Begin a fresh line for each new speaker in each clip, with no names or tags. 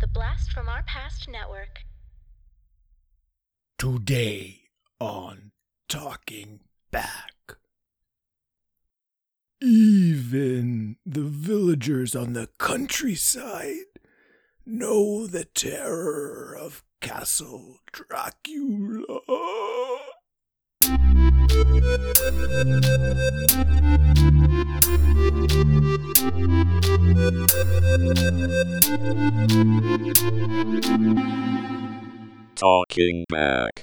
The Blast from Our Past Network.
Today on Talking Back. Even the villagers on the countryside know the terror of Castle Dracula.
Talking back.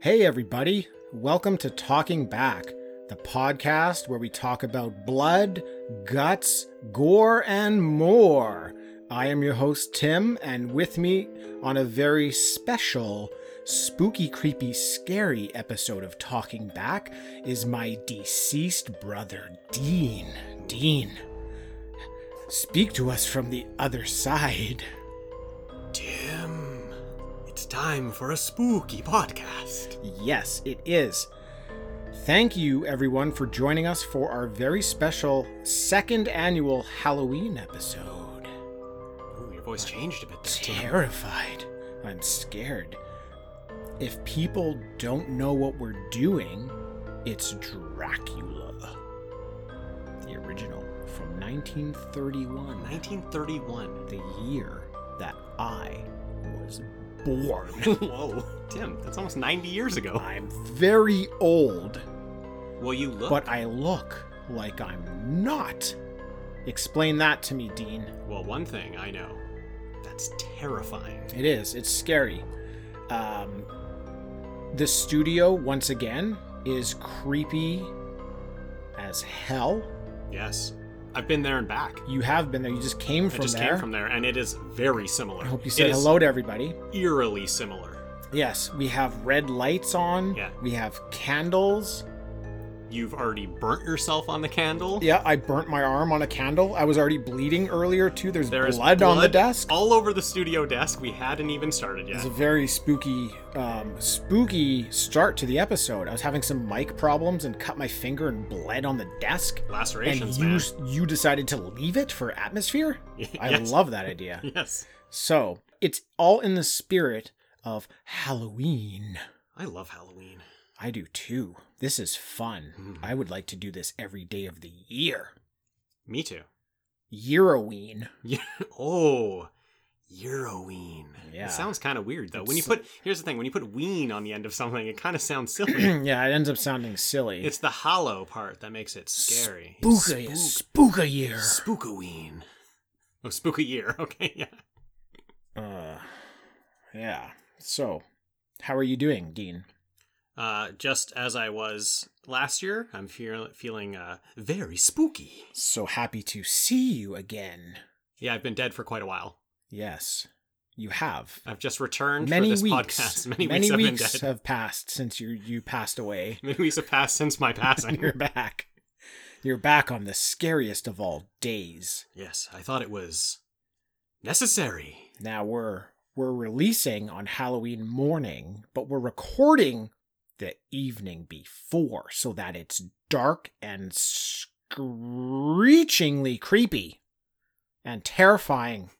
Hey, everybody. Welcome to Talking Back, the podcast where we talk about blood, guts, gore, and more. I am your host, Tim, and with me on a very special, spooky, creepy, scary episode of Talking Back is my deceased brother, Dean. Dean, speak to us from the other side.
Tim, it's time for a spooky podcast.
Yes, it is. Thank you, everyone, for joining us for our very special second annual Halloween episode.
Ooh, your voice changed a bit there, Tim.
Terrified. I'm scared. If people don't know what we're doing, it's Dracula. The original from 1931,
1931.
the year that I was born.
Whoa, Tim, that's almost 90 years ago.
I'm very old.
Well, you look.
But I look like I'm not. Explain that to me, Dean.
Well, one thing I know. That's terrifying.
It is. It's scary. Um, the studio, once again, is creepy as hell.
Yes, I've been there and back.
You have been there. You just came
I
from
just
there.
came from there, and it is very similar.
I hope you
It
said
is
hello to everybody.
Eerily similar.
Yes, we have red lights on.
Yeah.
We have candles.
You've already burnt yourself on the candle.
Yeah, I burnt my arm on a candle. I was already bleeding earlier too. There's
There is
blood, on the
blood
desk.
all over the studio desk. We hadn't even started
It was
yet.
a very spooky, um, spooky start to the episode. I was having some mic problems and cut my finger and bled on the desk. And
Lacerations,
you
man.
you decided to leave it for atmosphere. I
Yes.
love that idea.
Yes,
So it's all in the spirit of Halloween.
I love Halloween.
I do too. This is fun.
Mhm.
I would like to do this every day of the year.
Me too.
Yearoween.
Yeah. Oh, Euroween.
Yeah.
It sounds kind of weird though. When you
It's-
put here's the thing: when you put "ween" on the end of something, it kind of sounds silly.
yeah, it ends up sounding silly.
it's the hollow part that makes it scary.
spooka, spooka year.
Spook- Spookaween. Oh, spooky year. Okay, yeah.
Uh, yeah. So, how are you doing, Dean?
Uh, just as I was last year, I'm feel- feeling uh, very spooky.
So happy to see you again.
Yeah, I've been dead for quite a while.
Yes, you have.
I've just returned
many
for this
weeks,
podcast. Many,
many
weeks,
weeks,
I've been dead.
have passed since you you passed away.
Many weeks have passed since my
And
passing.
you're back. You're back on the scariest of all days.
Yes, I thought it was necessary.
Now we're we're releasing on Halloween morning, but we're recording the evening before so that it's dark and screechingly creepy and terrifying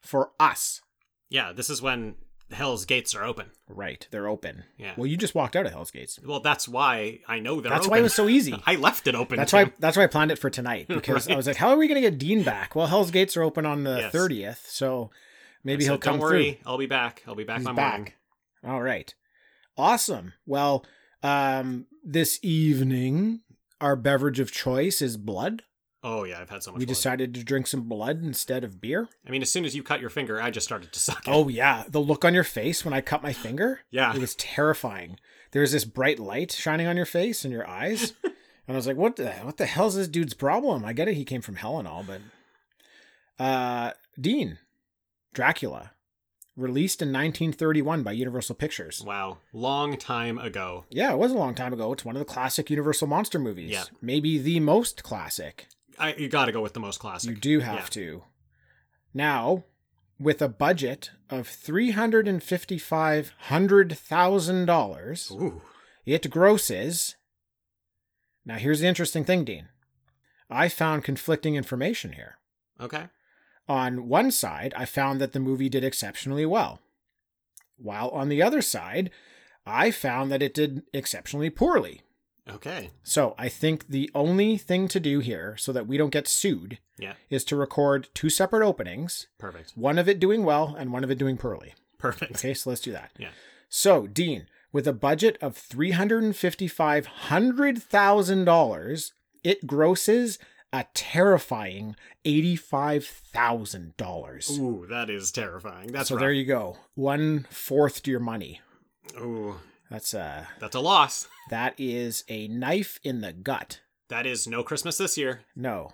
for us.
Yeah, this is when Hell's gates are open.
Right, they're open.
Yeah.
Well, you just walked out of Hell's Gates.
Well, that's why I know they're
That's
open.
why it was so easy.
I left it open.
That's
Tim.
why. That's why I planned it for tonight because I was like, "How are we going to get Dean back?" Well, Hell's Gates are open on the
Yes.
thirtieth, so maybe
I
he'll
said,
come
Don't worry, I'll be back. I'll be
through.
back
He's
by morning.
back. All right, awesome. Well, um, this evening our beverage of choice is blood.
Oh yeah, I've had so much.
we
blood.
decided to drink some blood instead of beer.
I mean, as soon as you cut your finger, I just started to suck it.
Oh yeah, the look on your face when I cut my finger.
Yeah.
It was terrifying. There was this bright light shining on your face and your eyes. and I was like, what the what the hell's this dude's problem? I get it, he came from hell and all, but uh Dean, Dracula, released in 1931 by Universal Pictures.
Wow, long time ago.
Yeah, it was a long time ago. It's one of the classic Universal monster movies.
Yeah.
Maybe the most classic.
I you got to go with the most classic.
You do have
Yeah.
to. Now, with a budget of three hundred and fifty-five hundred thousand dollars,
Ooh.
it grosses. Now, here's the interesting thing, Dean. I found conflicting information here.
Okay.
On one side, I found that the movie did exceptionally well, while on the other side, I found that it did exceptionally poorly.
Okay.
So I think the only thing to do here, so that we don't get sued,
Yeah.
is to record two separate openings,
Perfect.
one of it doing well and one of it doing poorly.
Perfect.
Okay, so let's do that.
Yeah.
So, Dean, with a budget of three hundred and fifty-five hundred thousand dollars, it grosses a terrifying eighty-five thousand dollars.
Ooh, that is terrifying. That's
so
right.
there you go, one fourth to your money.
Ooh,
That's uh,
that's a loss.
that is a knife in the gut.
That is no Christmas this year.
No.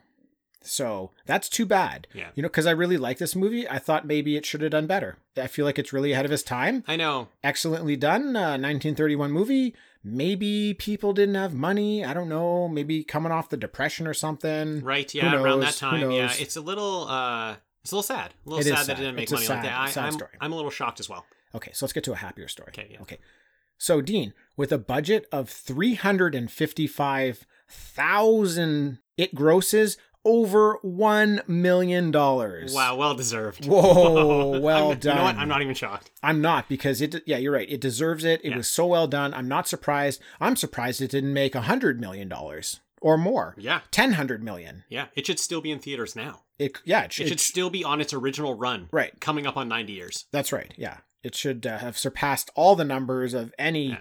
So that's too bad.
Yeah.
You know, because I really like this movie. I thought maybe it should have done better. I feel like it's really ahead of its time.
I know.
Excellently done. Uh, 1931 movie. Maybe people didn't have money. I don't know. Maybe coming off the depression or something.
Right?
Who
Yeah. around that
knows? Who
time. Yeah.
knows?
It's a little. uh It's a little sad. A little
It is
sad that
sad.
it didn't make
It's a
money like
sad-
that. I,
sad
I'm,
story.
I'm a little shocked as well.
Okay, so let's get to a happier story.
Okay, yeah.
Okay. So Dean, with a budget of 355,000, it grosses over 1 million dollars.
Wow. Well deserved.
Whoa, well
I'm- You know what?
done.
I'm not even shocked.
I'm not because it. Yeah, you're right. It deserves it. It
Yeah.
was so well done. I'm not surprised. I'm surprised it didn't make a hundred million dollars or more.
Yeah.
ten hundred million.
Yeah. It should still be in theaters now.
It. Yeah. It,
It should
it-
still be on its original run.
Right.
Coming up on 90 years.
That's right. Yeah. It should uh, have surpassed all the numbers of any.
Yeah.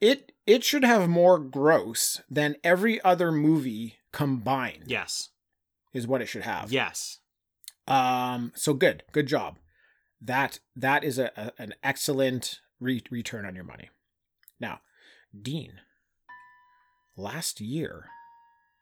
It. It should have more gross than every other movie combined.
Yes.
Is what it should have.
Yes.
Um. So good. Good job. That that is a, a an excellent re- return on your money. Now, Dean. Last year,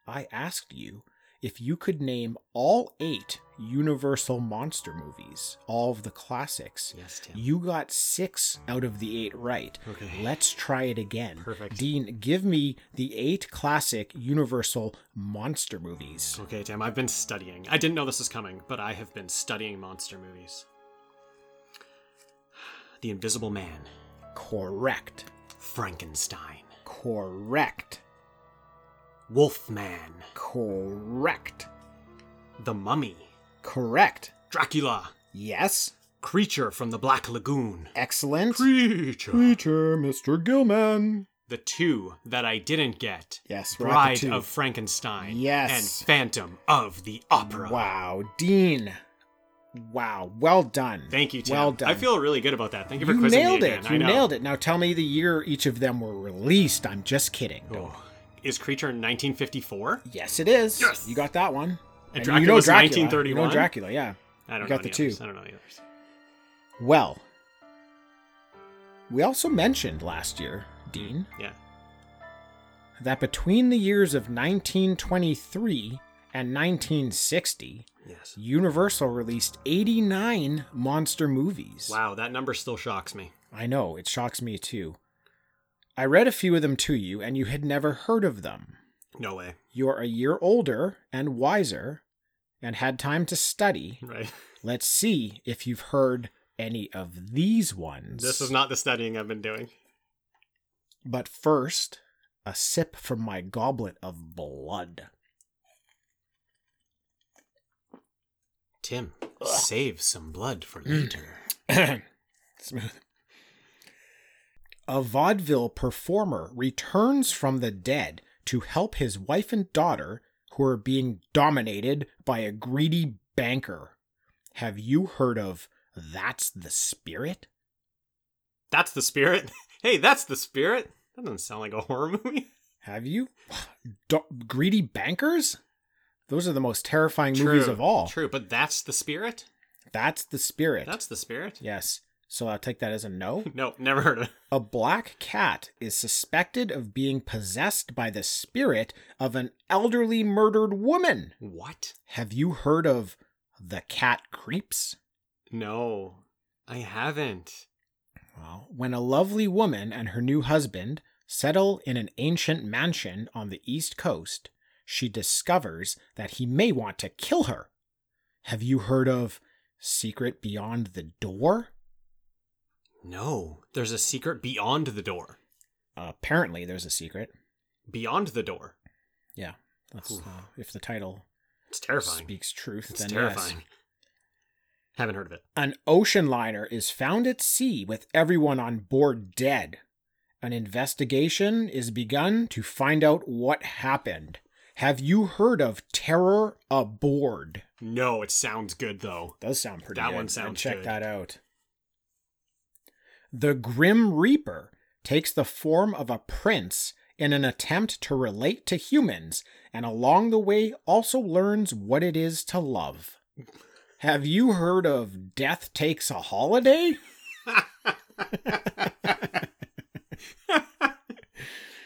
I asked you if you could name all eight Universal monster movies, all of the classics.
Yes, Tim.
You got six out of the eight right.
Okay.
Let's try it again.
Perfect.
Dean, give me the eight classic Universal monster movies.
Okay, Tim, I've been studying. I didn't know this was coming, but I have been studying monster movies. The Invisible Man,
Correct.
Frankenstein,
Correct.
Wolfman,
Correct.
The Mummy,
Correct.
Dracula,
Yes.
Creature from the Black Lagoon.
Excellent.
Creature.
Creature, Mr. Gilman.
The two that I didn't get.
Yes, we're at the
Bride
two.
of Frankenstein.
Yes.
And Phantom of the Opera.
Wow, Dean. Wow, well done.
Thank you, Tim.
Well done.
I feel really good about that. Thank you for
you
quizzing
nailed
me
it.
again.
You
I know.
nailed it. Now tell me the year each of them were released. I'm just kidding.
Oh. Is Creature in 1954?
Yes, it is.
Yes.
You got that one.
And
you know
Dracula's
Dracula. You
1931?
know Dracula. Yeah.
I don't
You got
know
the
others.
two.
I don't know the others.
Well, we also mentioned last year, Dean,
Yeah.
that between the years of 1923 and 1960,
Yes.
Universal released 89 monster movies.
Wow, that number still shocks me.
I know, it shocks me too. I read a few of them to you, and you had never heard of them.
No way.
You're a year older and wiser and had time to study.
Right.
Let's see if you've heard any of these ones.
This is not the studying I've been doing.
But first, a sip from my goblet of blood.
Tim, save some blood for
Mm.
later.
Smooth. A vaudeville performer returns from the dead to help his wife and daughter, who are being dominated by a greedy banker. Have you heard of That's the Spirit?
That's the spirit. Hey, that's the spirit. That doesn't sound like a horror movie.
Have you? Do- greedy bankers? Those are the most terrifying
True,
movies of all.
True, but that's the spirit.
That's the spirit.
That's the spirit.
yes. So I'll take that as a no.
No, never heard of it.
A black cat is suspected of being possessed by the spirit of an elderly murdered woman.
What?
Have you heard of the cat creeps?
No, I haven't.
Well, when a lovely woman and her new husband settle in an ancient mansion on the East Coast, she discovers that he may want to kill her. Have you heard of Secret Beyond the Door?
No, there's a secret beyond the door.
apparently, there's a secret.
Beyond the door.
Yeah. That's,
Oof.
uh, if the title
It's terrifying.
speaks truth,
it's
then
terrifying.
yes.
Haven't heard of it.
An ocean liner is found at sea with everyone on board dead. An investigation is begun to find out what happened. Have you heard of Terror Aboard?
No, it sounds good though.
Does sound pretty
That
good.
one
I'd
sounds
Check
good.
that out. The Grim Reaper takes the form of a prince in an attempt to relate to humans, and along the way also learns what it is to love. Have you heard of Death Takes a Holiday?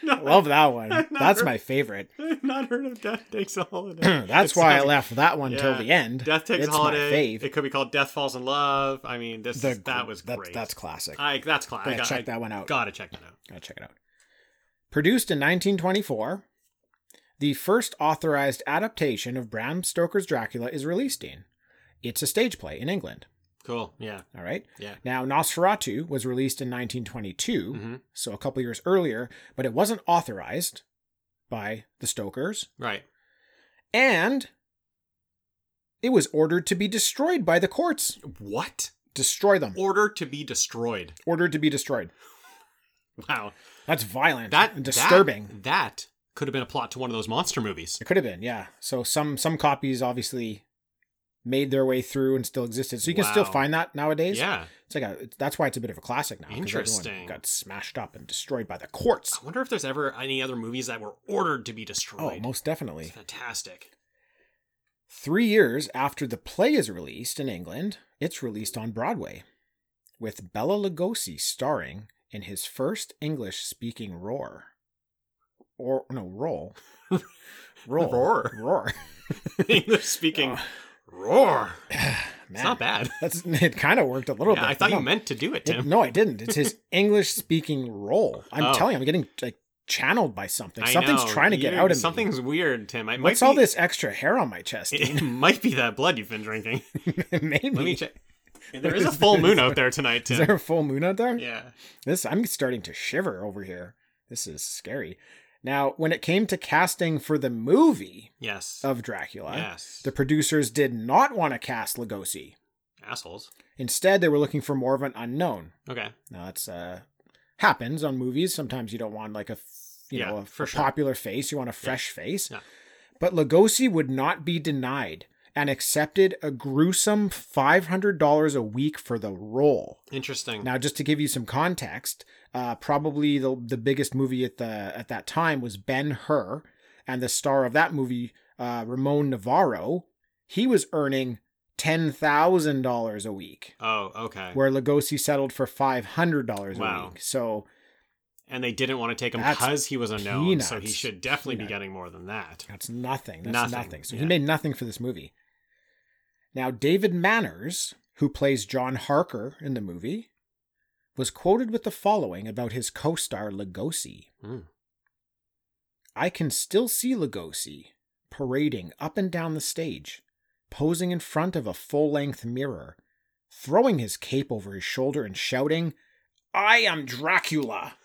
no,
Love that one.
I've not
That's
heard-
my favorite.
I've not heard of Death Takes a Holiday.
That's
It's
why I
like-
left that one till
Yeah.
the end.
Death Takes
it's
a Holiday.
My fave.
It could be called Death Falls in Love. I mean, this
The-
that was
that-
great.
That's classic.
I, that's classic.
Gotta check that one out.
Gotta check that out.
Gotta check it out. Produced in 1924, the first authorized adaptation of Bram Stoker's Dracula is released in. It's a stage play in England.
Cool. Yeah.
All right.
Yeah.
Now, Nosferatu was released in 1922,
hmm
so a couple years earlier, but it wasn't authorized by the Stokers,
Right.
and it was ordered to be destroyed by the courts.
What?
Destroy them.
Order to be destroyed.
Ordered to be destroyed.
Wow.
That's violent.
That
and disturbing.
That, that could have been a plot to one of those monster movies.
It could have been, yeah. So some some copies obviously made their way through and still existed. So you can still
Wow.
find that nowadays.
Yeah.
it's like a, it's- that's why it's a bit of a classic now. 'cause everyone
Interesting.
got smashed up and destroyed by the courts.
I wonder if there's ever any other movies that were ordered to be
Oh,
destroyed.
most
It's
definitely.
fantastic.
Three years after the play is released in England, it's released on Broadway, with Bella Lugosi starring in his first English-speaking roar, or no role, roll,
Roar.
roar.
English speaking.
Oh.
Roar.
Man,
It's not bad.
That's it. Kind of worked a little
Yeah,
bit.
I
but
thought
no.
you meant to do it,
It-
Tim.
no, I didn't. It's his English speaking role. I'm
Oh.
telling you, I'm getting like channeled by something.
I
Something's
know.
trying to get
You-
out of me.
Something's weird, Tim. I might
What's
be,
all this extra hair on my chest?
It might be that blood you've been drinking.
Maybe.
Let me check. There is a full moon out there tonight,
Is
Tim.
there a full moon out there?
Yeah.
This I'm starting to shiver over here. This is scary. Now, when it came to casting for the movie
Yes.
of Dracula,
Yes.
the producers did not want to cast Lugosi.
Assholes.
Instead, they were looking for more of an unknown.
Okay.
Now that's uh happens on movies. Sometimes you don't want like a f- you
Yeah,
know a,
for
a
sure.
popular face. You want a fresh face.
Yeah.
But Lugosi would not be denied and accepted a gruesome five hundred dollars a week for the role.
Interesting.
Now, just to give you some context, uh, probably the the biggest movie at the at that time was Ben Hur, and the star of that movie, uh, Ramon Navarro, he was earning ten thousand dollars a week
oh, okay.
where Lugosi settled for five hundred dollars a
Wow.
week. So
and they didn't want to take him
That's
because he was unknown, so he
peanuts.
should definitely
Peanut.
be getting more than that.
that's nothing. That's nothing.
Nothing,
So he
yeah.
made nothing for this movie. Now David Manners, who plays John Harker in the movie, was quoted with the following about his co-star Lugosi:
Hmm.
"I can still see Lugosi parading up and down the stage, posing in front of a full-length mirror." Throwing his cape over his shoulder and shouting, I am Dracula.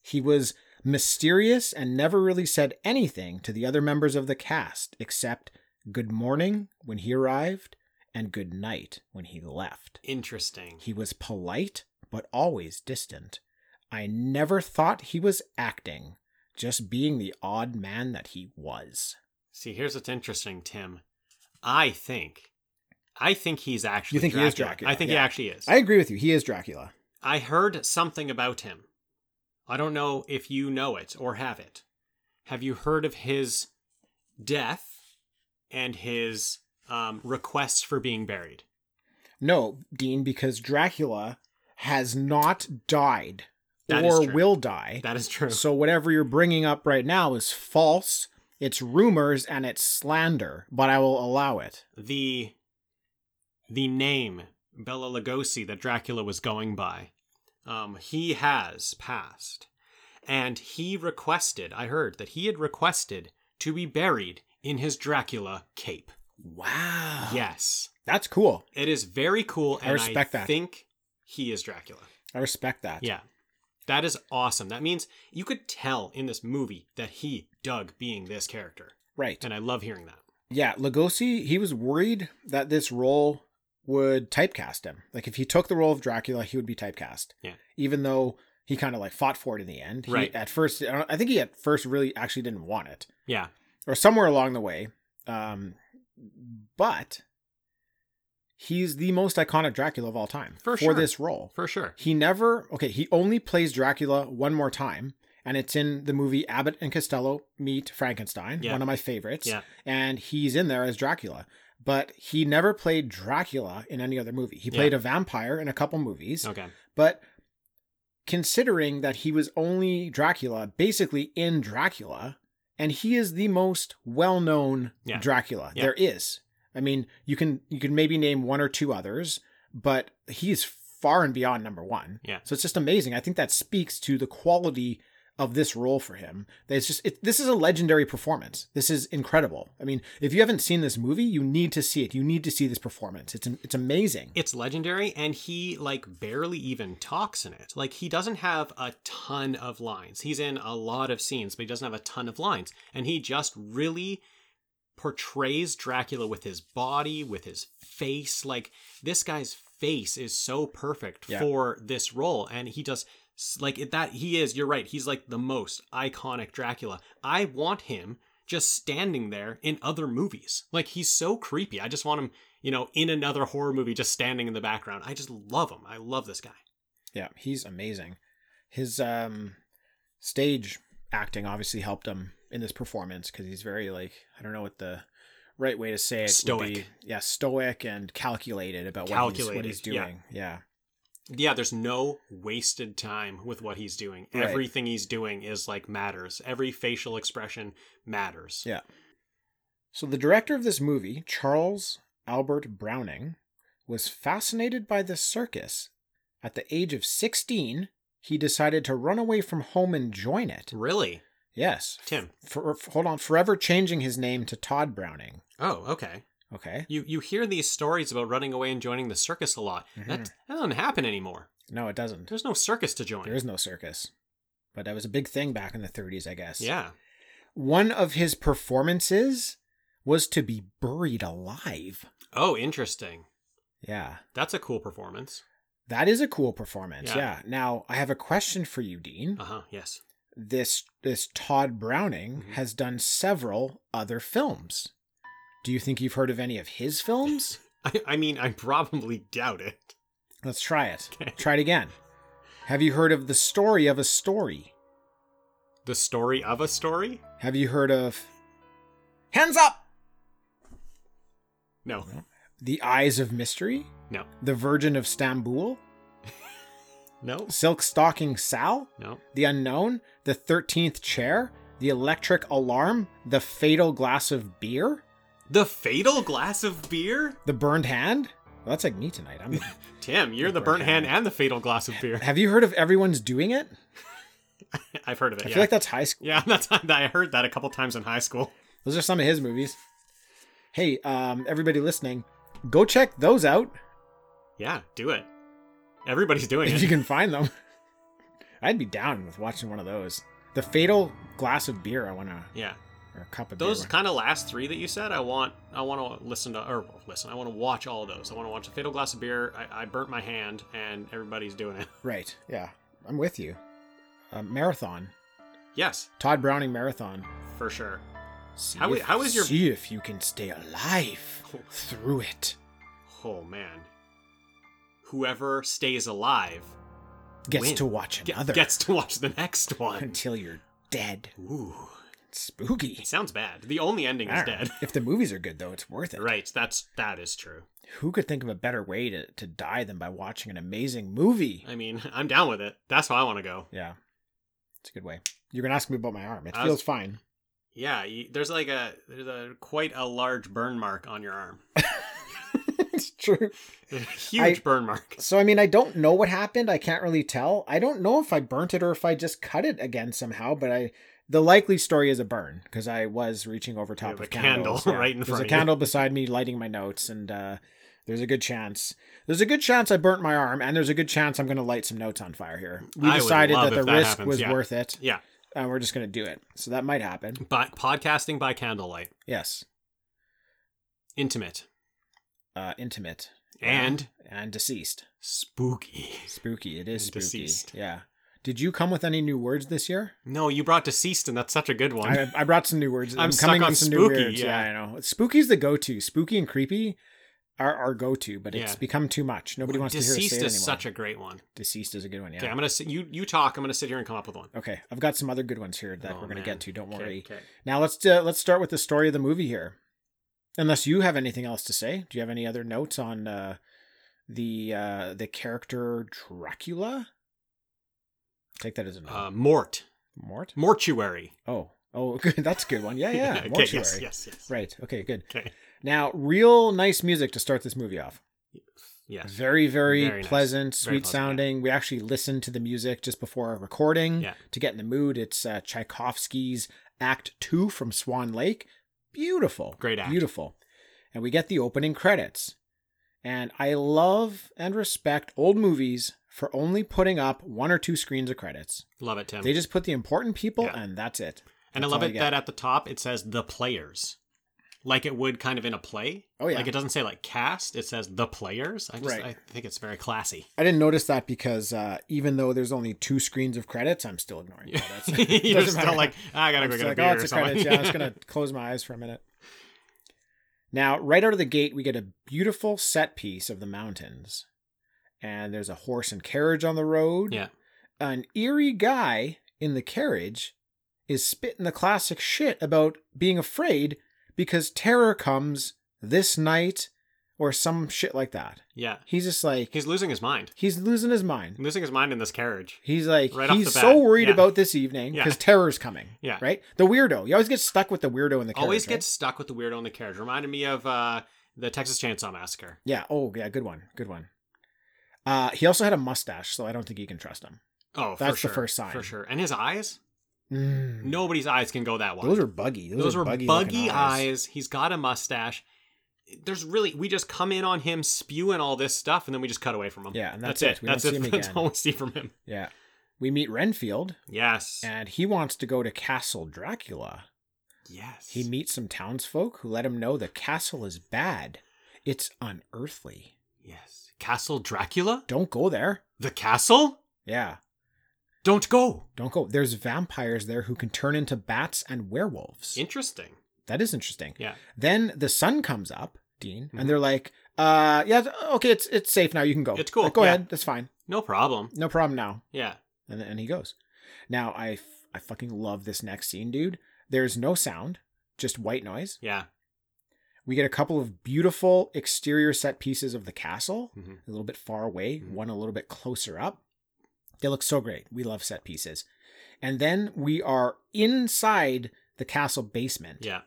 He was mysterious and never really said anything to the other members of the cast except good morning when he arrived and good night when he left.
Interesting.
He was polite but always distant. I never thought he was acting, just being the odd man that he was.
See, here's what's interesting, Tim. I think, I think he's actually.
You think he is Dracula,
I think he
yeah.
actually is.
I agree with you. He is Dracula.
I heard something about him. I don't know if you know it or have it. Have you heard of his death and his um, request for being buried?
No, Dean, because Dracula has not died
That is
or
true.
will die.
That is true.
Eh, So whatever you're bringing up right now is false. It's rumors and it's slander, but I will allow it.
the the name Bella Lugosi that Dracula was going by, um, he has passed, and he requested. I heard that he had requested to be buried in his Dracula cape.
Wow.
Yes,
That's cool.
it is very cool,
I
and I,
respect that.
think he is Dracula.
I respect that.
Yeah. That is awesome. That means you could tell in this movie that he dug being this character.
Right.
And I love hearing that.
Yeah, Lugosi, he was worried that this role would typecast him. Like if he took the role of Dracula, he would be typecast.
Yeah.
Even though he kind of like fought for it in the end. He-
Right.
At first, I don't- I think he at first really actually didn't want it,
Yeah.
or somewhere along the way. Um, but he's the most iconic Dracula of all time
For sure.
this role.
For sure.
He never okay, he only plays Dracula one more time, and it's in the movie Abbott and Costello Meet Frankenstein,
Yeah.
one of my favorites.
Yeah.
And he's in there as Dracula. But he never played Dracula in any other movie. He
Yeah.
played a vampire in a couple movies.
Okay.
But considering that he was only Dracula, basically in Dracula, and he is the most well-known
Yeah.
Dracula
Yeah.
there is. I mean, you can you can maybe name one or two others, but he's far and beyond number one.
Yeah.
So it's just amazing. I think that speaks to the quality of this role for him. That It's just it, this is a legendary performance. This is incredible. I mean, if you haven't seen this movie, you need to see it. You need to see this performance. It's it's amazing.
it's legendary and he like barely even talks in it like he doesn't have a ton of lines he's in a lot of scenes but he doesn't have a ton of lines and he just really portrays dracula with his body with his face like this guy's face is so perfect
Yeah.
for this role and he just like it- that he is you're right he's like the most iconic dracula i want him just standing there in other movies like he's so creepy i just want him you know, in another horror movie, just standing in the background. I just love him. I love this guy.
Yeah, he's amazing. His um stage acting obviously helped him in this performance because he's very like I don't know what the right way to say it Would be.
Stoic.
Yeah, stoic and calculated about what he's- what
Calculated,
he's
yeah.
doing. Yeah.
Yeah, there's no wasted time with what he's doing.
Right.
Everything he's doing is like matters. Every facial expression matters.
Yeah. So the director of this movie, Charles Albert Browning, was fascinated by the circus. At the age of 16, he decided to run away from home and join it.
Really?
Yes.
Tim.
For, for- hold on, forever changing his name to Todd Browning.
Oh, okay.
Okay.
You you hear these stories about running away and joining the circus a lot.
Mm-hmm.
That, that doesn't happen anymore.
No, it doesn't.
There's no circus to join.
There is no circus. But that was a big thing back in the 30s, I guess.
yeah.
One of his performances was to be buried alive.
Oh, interesting.
Yeah.
That's a cool performance.
That is a cool performance. Yeah.
Yeah.
Now, I have a question for you, Dean.
Uh huh. Yes.
This this Todd Browning
Mhm.
has done several other films. Do you think you've heard of any of his films?
I, I mean, I probably doubt it.
Let's try it.
Okay.
Try it again. Have you heard of The Story of a Story?
The story of a story?
Have you heard of Hands Up?
No.
The Eyes of Mystery?
No.
The Virgin of Stamboul,
No.
Silk Stocking Sal,
No.
The Unknown, The Thirteenth Chair, The Electric Alarm, The Fatal Glass of Beer,
The fatal glass of beer?
The Burned Hand. Well, that's like me tonight. I'm.
Tim, you're the burnt hand and the fatal glass of beer.
Have you heard of Everyone's Doing It?
I've heard
I
of it. Uh, yeah.
feel like that's high school.
yeah, that's I heard that a couple times in high school.
Those are some of his movies. Hey, um, everybody listening, go check those out
Yeah, do it. Everybody's doing
if you
it.
can find them. I'd be down with watching one of those. The Fatal Glass of Beer. I want to,
Yeah.
or a cup of
Those
beer.
kind of last three that you said, I want I want to listen to or listen, I want to watch all of those. I want to watch a fatal glass of beer. I, I burnt my hand and everybody's doing it.
Right. Yeah. I'm with you. Uh, marathon.
Yes,
Todd Browning marathon.
for sure.
See
How i-
if,
how is your-
see if you can stay alive through it?
Oh man. Whoever stays alive
Gets
Win.
to watch
ge-
another
gets to watch the next one.
until you're dead.
Ooh.
Spooky.
It sounds bad. The only ending is
Arr.
dead.
If the movies are good, though, it's worth it.
right. That's that is true.
Who could think of a better way to, to die than by watching an amazing movie?
I mean, I'm down with it. That's how I want to go.
yeah. It's a good way. You're going to ask me about my arm. It
I was-
feels fine.
Yeah. You, there's like a there's a quite a large burn mark on your arm.
it's true.
A huge
I-
burn mark.
So, I mean, I don't know what happened. I can't really tell. I don't know if I burnt it or if I just cut it again somehow, but I. The likely story is a burn because I was reaching over top
have a
of candles.
candle right in
There's
front
a
of you.
candle beside me lighting my notes, and uh, there's a good chance. There's a good chance I burnt my arm, and there's a good chance I'm going to light some notes on fire here. We
I would
decided
love
that the
if that
risk
happens,
was
yeah.
worth it.
Yeah.
and we're just going to do it. So that might happen.
By, podcasting by candlelight,
Yes,
intimate
uh, intimate
and
and deceased.
spooky.
Spooky. It is
And
spooky.
deceased.
Yeah. Did you come with any new words this year?
No, you brought deceased, and that's such a good one.
I, I brought some new words.
I'm stuck
coming
on
with some
spooky,
New words.
yeah.
I know. Spooky's the go-to. Spooky and creepy are our go-to, but it's
Yeah.
become too much. Nobody wants to hear us
deceased
say it
is
anymore.
such a great one.
deceased is a good one. Yeah.
Okay, I'm gonna sit, you you talk. I'm gonna sit here and come up with one.
Okay, I've got some other good ones here that
Oh,
we're gonna
man.
get to. Don't
Okay,
worry.
okay.
Now let's uh, let's start with the story of the movie here. Unless you have anything else to say, do you have any other notes on uh, the uh, the character Dracula? Take that as a no.
Uh, mort
Mort.
mortuary.
Oh, oh, good. That's a good one. Yeah, yeah.
okay,
Mortuary.
Yes. Yes. Yes.
Right. Okay. Good.
Okay.
Now, real nice music to start this movie off.
Yes.
Very, very,
Very nice.
pleasant, sweet
Very pleasant,
sounding. We actually listened to the music just before our recording
Yeah.
to get in the mood. It's uh, Tchaikovsky's Act Two from Swan Lake. Beautiful.
Great act.
Beautiful. And we get the opening credits. And I love and respect old movies for only putting up one or two screens of credits.
Love it, Tim.
They just put the important people
Um, Yeah.
and that's it.
and I
that's
love
all I
it
get.
that at the top it says the players, like it would kind of in a play.
Oh, yeah.
Like it doesn't say like cast. It says the players. I just
Right.
I think it's very classy.
I didn't notice that because uh, even though there's only two screens of credits, I'm still ignoring credits.
You're
Doesn't
still
matter.
like I gotta
I'm
go
just
get a
like,
beer
oh,
or
it's a
something.
credit. Yeah, I'm just gonna close my eyes for a minute. Now, right out of the gate, we get a beautiful set piece of the mountains, and there's a horse and carriage on the road.
Yeah.
an eerie guy in the carriage is spitting the classic shit about being afraid because terror comes this night or some shit like that.
Yeah.
He's just like
He's losing his mind.
he's losing his mind.
Losing his mind in this carriage.
He's like
Right off
he's
the
so
bat,
worried
yeah.
about this evening
Yeah.
because terror's coming.
Yeah.
right. The weirdo. You always get stuck with the weirdo in the carriage. eh?
Always
right?
gets stuck with the weirdo in the carriage. Reminded me of uh, the Texas Chainsaw Massacre.
Yeah. Oh, yeah. Good one. Good one. Uh, he also had a mustache, so I don't think you can trust him.
Oh, for
That's the
sure,
first sign.
for sure. And his eyes.
Mm.
Nobody's eyes can go that wide.
those are buggy. Those,
Those
are
were
buggy,
buggy,
looking
eyes. He's got a mustache. There's really we just come in on him spewing all this stuff, and then we just cut away from him.
Yeah, and that's it. We
That's
don't
it.
see him
That's
again.
all we see from him.
Yeah. We meet Renfield,
Yes.
and he wants to go to Castle Dracula.
yes.
He meets some townsfolk who let him know the castle is bad. It's unearthly.
yes. Castle Dracula.
Don't go there.
The castle.
Yeah.
Don't go.
Don't go. There's vampires there who can turn into bats and werewolves.
Interesting.
that is interesting.
Yeah.
Then the sun comes up, Dean,
Mhm.
and they're like, uh, yeah, okay, it's it's safe now. You can go.
It's cool,
Like, go
yeah.
ahead. That's fine.
No problem.
No problem now.
Yeah.
And and he goes. Now I f- I fucking love this next scene, dude. There's no sound, just white noise.
Yeah.
We get a couple of beautiful exterior set pieces of the castle,
Mhm.
a little bit far away,
Mhm.
one a little bit closer up. They look so great. We love set pieces. And then we are inside the castle basement,
Yeah.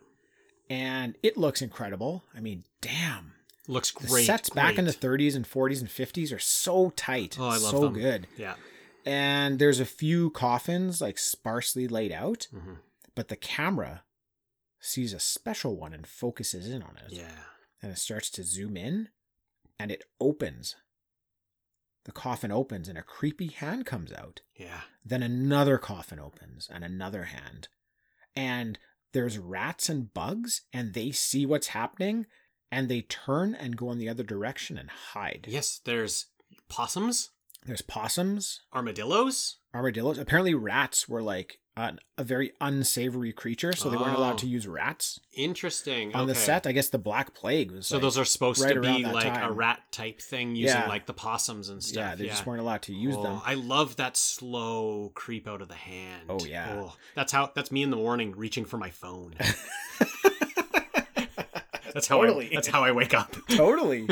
and it looks incredible. I mean, damn.
Looks
The
great.
sets back in the
great.
30s and 40s and 50s are so tight.
Oh, I love
so
them.
good.
Yeah.
And there's a few coffins like sparsely laid out,
hmm
but the camera sees a special one and focuses in on it.
Yeah.
And it starts to zoom in and it opens. The coffin opens and a creepy hand comes out.
Yeah.
Then another coffin opens and another hand. And there's rats and bugs and they see what's happening and they turn and go in the other direction and hide.
Yes. There's possums.
There's possums,
Armadillos?
armadillos. Apparently, rats were like an, a very unsavory creature, so they weren't
Oh.
allowed to use rats
Interesting.
on the
okay.
set. I guess the Black Plague was.
So
like-
those are supposed
right
to
around
be
that
like a
time.
rat type thing using
Yeah.
like the possums and stuff.
Yeah, they just weren't allowed to use
Oh,
them.
I love that slow creep out of the hand.
Oh, yeah.
that's how that's me in the morning reaching for my phone. that's how
Totally.
I that's how I wake up.
totally.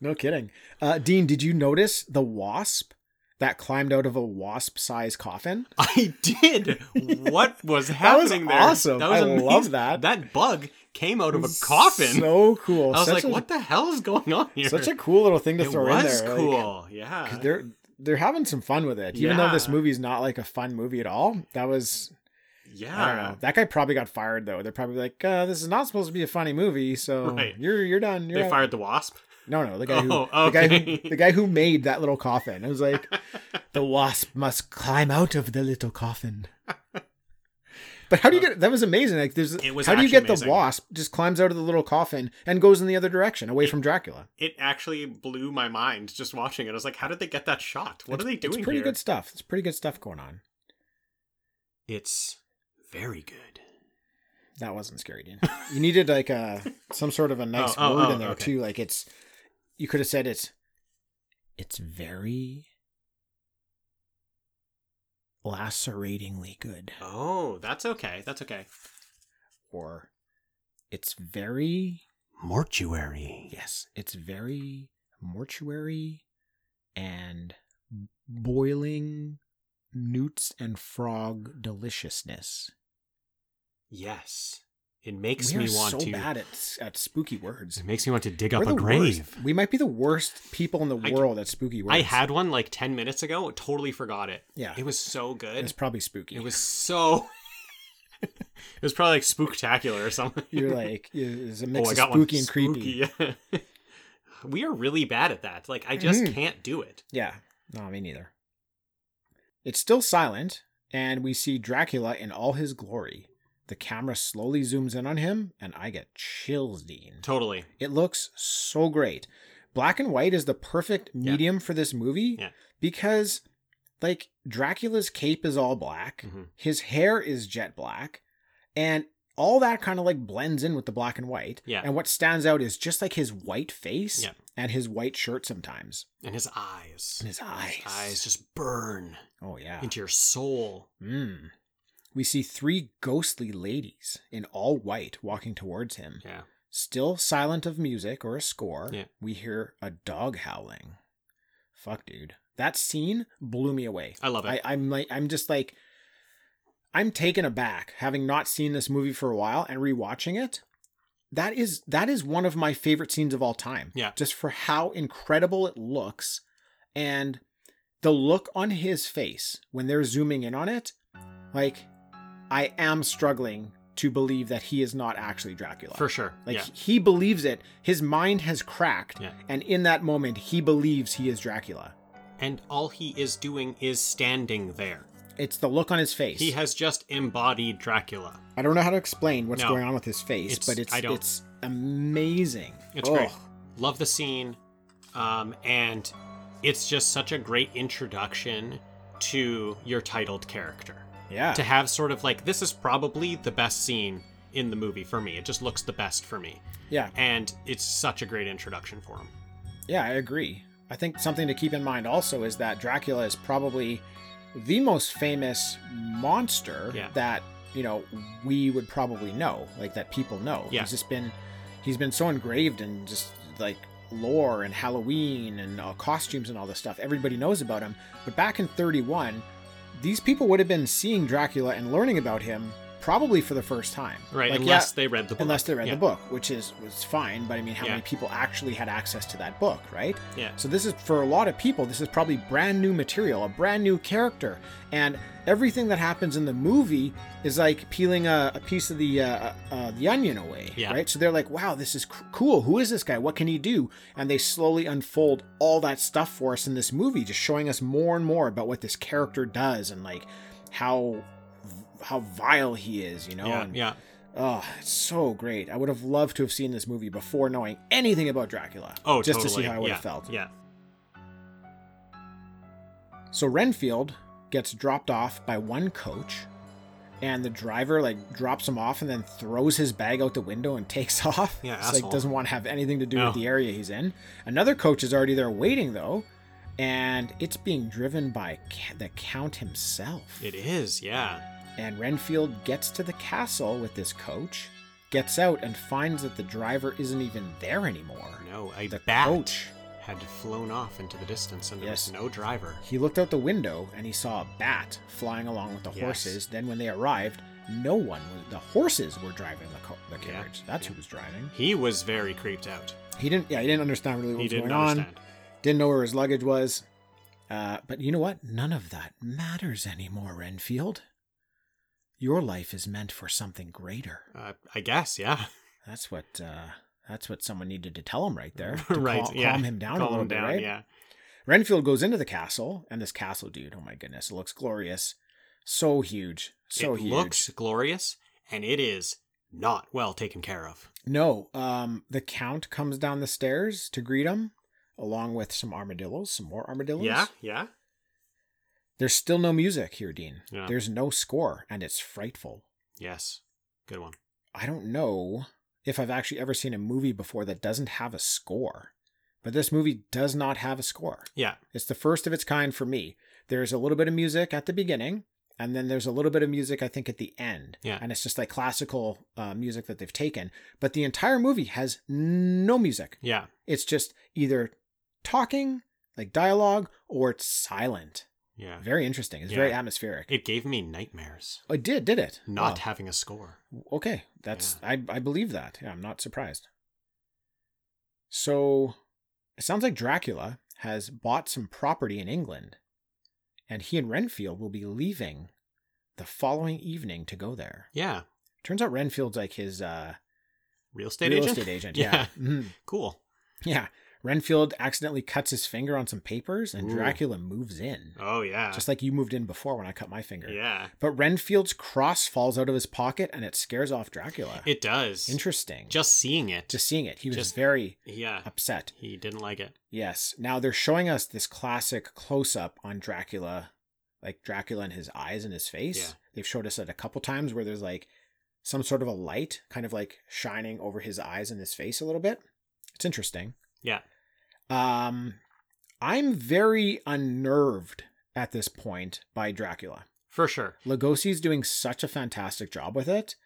No kidding. Uh, Dean, did you notice the wasp that climbed out of a wasp-sized coffin?
I did. What was
That was
happening there?
awesome. I love
amazing.
that.
That bug came out of a coffin.
So cool.
I was
Such
like,
a-
what the hell is going on here?
Such a cool little thing to
it
throw
was
in there. like,
cool. yeah.
'cause they're they're having some fun with it, even though this
Yeah.
movie's not like a fun movie at all. That was I don't
yeah.
know. That guy probably got fired though. They're probably like, uh, this is not supposed to be a funny movie, so
Right.
you're you're done. You're
They
out."
fired the wasp.
No, no, the guy who
Oh,
the guy who
okay.
the guy who made that little coffin. It was like the wasp must climb out of the little coffin. But how do you get that was amazing. Like there's
Uh, It was
how do you
actually
get the
amazing.
wasp just climbs out of the little coffin and goes in the other direction away from Dracula?
It actually blew my mind just watching it. I was like, how did they get that shot? What
It's-
are they doing
It's pretty
here?
good stuff. It's pretty good stuff going on.
It's very good.
That wasn't scary, Dean. You needed like a some sort of a nice
Oh, oh,
word
oh,
in there
okay.
too. Like it's you could have said it's it's very laceratingly good.
Oh, that's okay. That's okay.
Or it's very
Mortuary.
yes, it's very mortuary and boiling newts and frog deliciousness.
Yes. It makes
we
me
are
want
so
to
bad at at spooky words.
It makes me want to dig
We're
up a
the
grave.
worst. We might be the worst people in the
I-
world at spooky words.
I had one like 10 minutes ago, totally forgot it.
Yeah.
It was so good.
It's probably spooky.
It was so It was probably like spooktacular or something.
You're like it's a mix
oh, I
of
got
spooky
one.
and creepy.
Spooky, yeah. we are really bad at that. Like I just
Mhm.
can't do it.
Yeah. No, me neither. It's still silent, and we see Dracula in all his glory. The camera slowly zooms in on him, and I get chills, Dean.
Totally.
It looks so great. Black and white is the perfect
Yeah.
medium for this movie
Yeah.
because, like, Dracula's cape is all black,
Mhm.
his hair is jet black, and all that kind of like blends in with the black and white.
Yeah.
And what stands out is just like his white face
Yeah.
and his white shirt sometimes,
And his eyes.
and his eyes.
eyes just burn
Oh yeah.
into your soul.
Mm. We see three ghostly ladies in all white walking towards him.
Yeah.
Still silent of music or a score,
Yeah.
we hear a dog howling. Fuck, dude. That scene blew me away.
I love it.
I, I'm like, I'm just like, I'm taken aback having not seen this movie for a while and rewatching it. That is that is one of my favorite scenes of all time.
Yeah.
just for how incredible it looks, and the look on his face when they're zooming in on it, like I am struggling to believe that he is not actually Dracula.
For sure.
Like
yeah.
he believes it. His mind has cracked,
Yeah.
and in that moment, he believes he is Dracula.
And all he is doing is standing there.
It's the look on his face.
He has just embodied Dracula.
I don't know how to explain what's
No.
going on with his face,
It's-
but it's
I don't.
it's amazing.
It's
Oh,
great. Love the scene. Um, and it's just such a great introduction to your titled character.
Yeah.
To have sort of like, this is probably the best scene in the movie for me. It just looks the best for me.
yeah.
And it's such a great introduction for him.
Yeah, I agree. I think something to keep in mind also is that Dracula is probably the most famous monster
Yeah.
that, you know, we would probably know, like that people know.
Yeah.
He's just been he's been so engraved in just like lore and Halloween and uh, costumes and all this stuff. Everybody knows about him. But back in 31, these people would have been seeing Dracula and learning about him probably for the first time.
Right.
Like,
unless
yeah,
they read the book.
unless they read
Yeah,
the book, which is was fine. But I mean, how
Yeah.
many people actually had access to that book, right?
Yeah.
So this is for a lot of people. This is probably brand new material, a brand new character, and everything that happens in the movie is like peeling a, a piece of the uh, uh, the onion away,
Yeah.
right? So they're like, "Wow, this is c- cool. Who is this guy? What can he do?" And they slowly unfold all that stuff for us in this movie, just showing us more and more about what this character does and like how how vile he is, you know.
Yeah.
and,
yeah.
Oh, it's so great. I would have loved to have seen this movie before knowing anything about Dracula.
Oh,
just
totally.
to see how I would
yeah.
have felt.
Yeah.
So Renfield gets dropped off by one coach, and the driver like drops him off and then throws his bag out the window and takes off.
Yeah,
It's like
asshole.
doesn't want to have anything to do
No.
with the area he's in. Another coach is already there waiting though, and it's being driven by ca- the count himself.
It is, yeah.
And Renfield gets to the castle with this coach, gets out and finds that the driver isn't even there anymore.
No, a
The
bat
coach.
had flown off into the distance and there
Yes.
was no driver.
He looked out the window and he saw a bat flying along with the
Yes.
horses. Then, when they arrived, no one was. The horses were driving the, co- the
Yeah.
carriage. That's who
Yeah.
was driving.
He was very creeped out.
He didn't. Yeah, he didn't understand really what
He
was
didn't
going on.
understand.
Didn't know where his luggage was. Uh, but you know what? None of that matters anymore, Renfield. Your life is meant for something greater.
Uh, I guess, yeah.
That's what. Uh, that's what someone needed to tell him right there. to
right,
cal-
yeah.
Calm him down a
Calm
little
him
bit,
down,
right?
yeah.
Renfield goes into the castle, and this castle, dude, oh my goodness, it looks glorious. So huge. So
it
huge.
looks glorious, and it is not well taken care of.
No, um, the count comes down the stairs to greet him, along with some armadillos, some more armadillos.
Yeah, yeah.
There's still no music here, Dean.
Yeah.
There's no score, and it's frightful.
Yes. Good one.
I don't know if I've actually ever seen a movie before that doesn't have a score, but this movie does not have a score.
Yeah.
It's the first of its kind for me. There's a little bit of music at the beginning, and then there's a little bit of music I think at the end.
Yeah.
And it's just like classical uh, music that they've taken. But the entire movie has no music.
Yeah.
It's just either talking, like dialogue, or it's silent.
Yeah.
Very interesting. It's
Yeah.
very atmospheric. It,
It gave me nightmares
did, did it?
not
Wow.
having a score.
Okay, that's I I believe that. Yeah, I'm not surprised. So, it sounds like Dracula has bought some property in England, and he and Renfield will be leaving the following evening to go there.
Yeah.
Turns out Renfield's like his uh,
Real estate
real
agent?
estate agent.
Yeah.
Yeah, Mhm. yeah.
Cool.
Renfield accidentally cuts his finger on some papers, and
Ooh.
Dracula moves in,
Oh, yeah.
just like you moved in before when I cut my finger.
yeah.
But Renfield's cross falls out of his pocket, and it scares off Dracula.
It does.
Interesting.
Just seeing it.
just seeing it. He was
Just-
very
yeah.
upset.
He didn't like it.
Yes. Now they're showing us this classic close up on Dracula, like Dracula and his eyes and his face.
Yeah.
They've showed us it a couple times where there's like some sort of a light kind of like shining over his eyes and his face a little bit. It's interesting.
Yeah.
Um I'm very unnerved at this point by Dracula.
For sure.
Lugosi's doing such a fantastic job with it.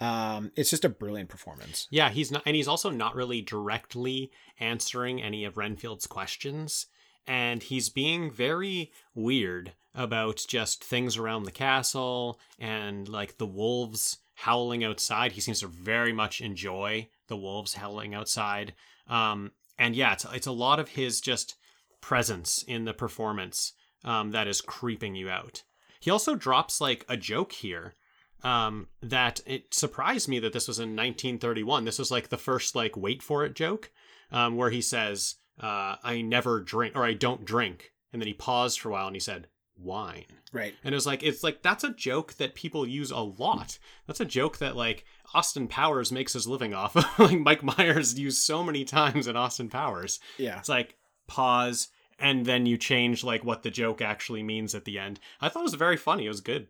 Um it's just a brilliant performance.
Yeah, he's not, and he's also not really directly answering any of Renfield's questions. And he's being very weird about just things around the castle and like the wolves howling outside. He seems to very much enjoy the wolves howling outside. Um, and yeah, it's, it's a lot of his just presence in the performance um, that is creeping you out. He also drops like a joke here um, that it surprised me that this was in 1931. This was like the first like wait for it joke, um, where he says, uh, "I never drink" or "I don't drink," and then he paused for a while and he said, "Wine."
Right.
And it was like, it's like, that's a joke that people use a lot. That's a joke that, like, Austin Powers makes his living off of. like, Mike Myers used so many times in Austin Powers.
Yeah.
It's like, pause, and then you change, like, what the joke actually means at the end. I thought it was very funny. It was good.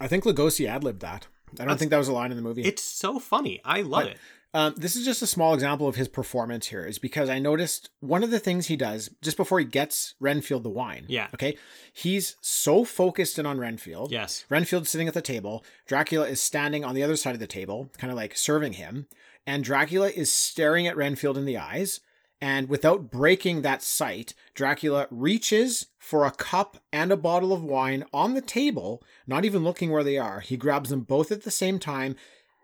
I think Lugosi ad libbed that. I don't
That's-
think that was a line in the movie.
It's so funny. I love
But-
it.
Um, this is just a small example of his performance here, is because I noticed one of the things he does just before he gets Renfield the wine.
Yeah.
Okay. He's so focused in on Renfield.
Yes.
Renfield's sitting at the table. Dracula is standing on the other side of the table, kind of like serving him. And Dracula is staring at Renfield in the eyes. And without breaking that sight, Dracula reaches for a cup and a bottle of wine on the table, not even looking where they are. He grabs them both at the same time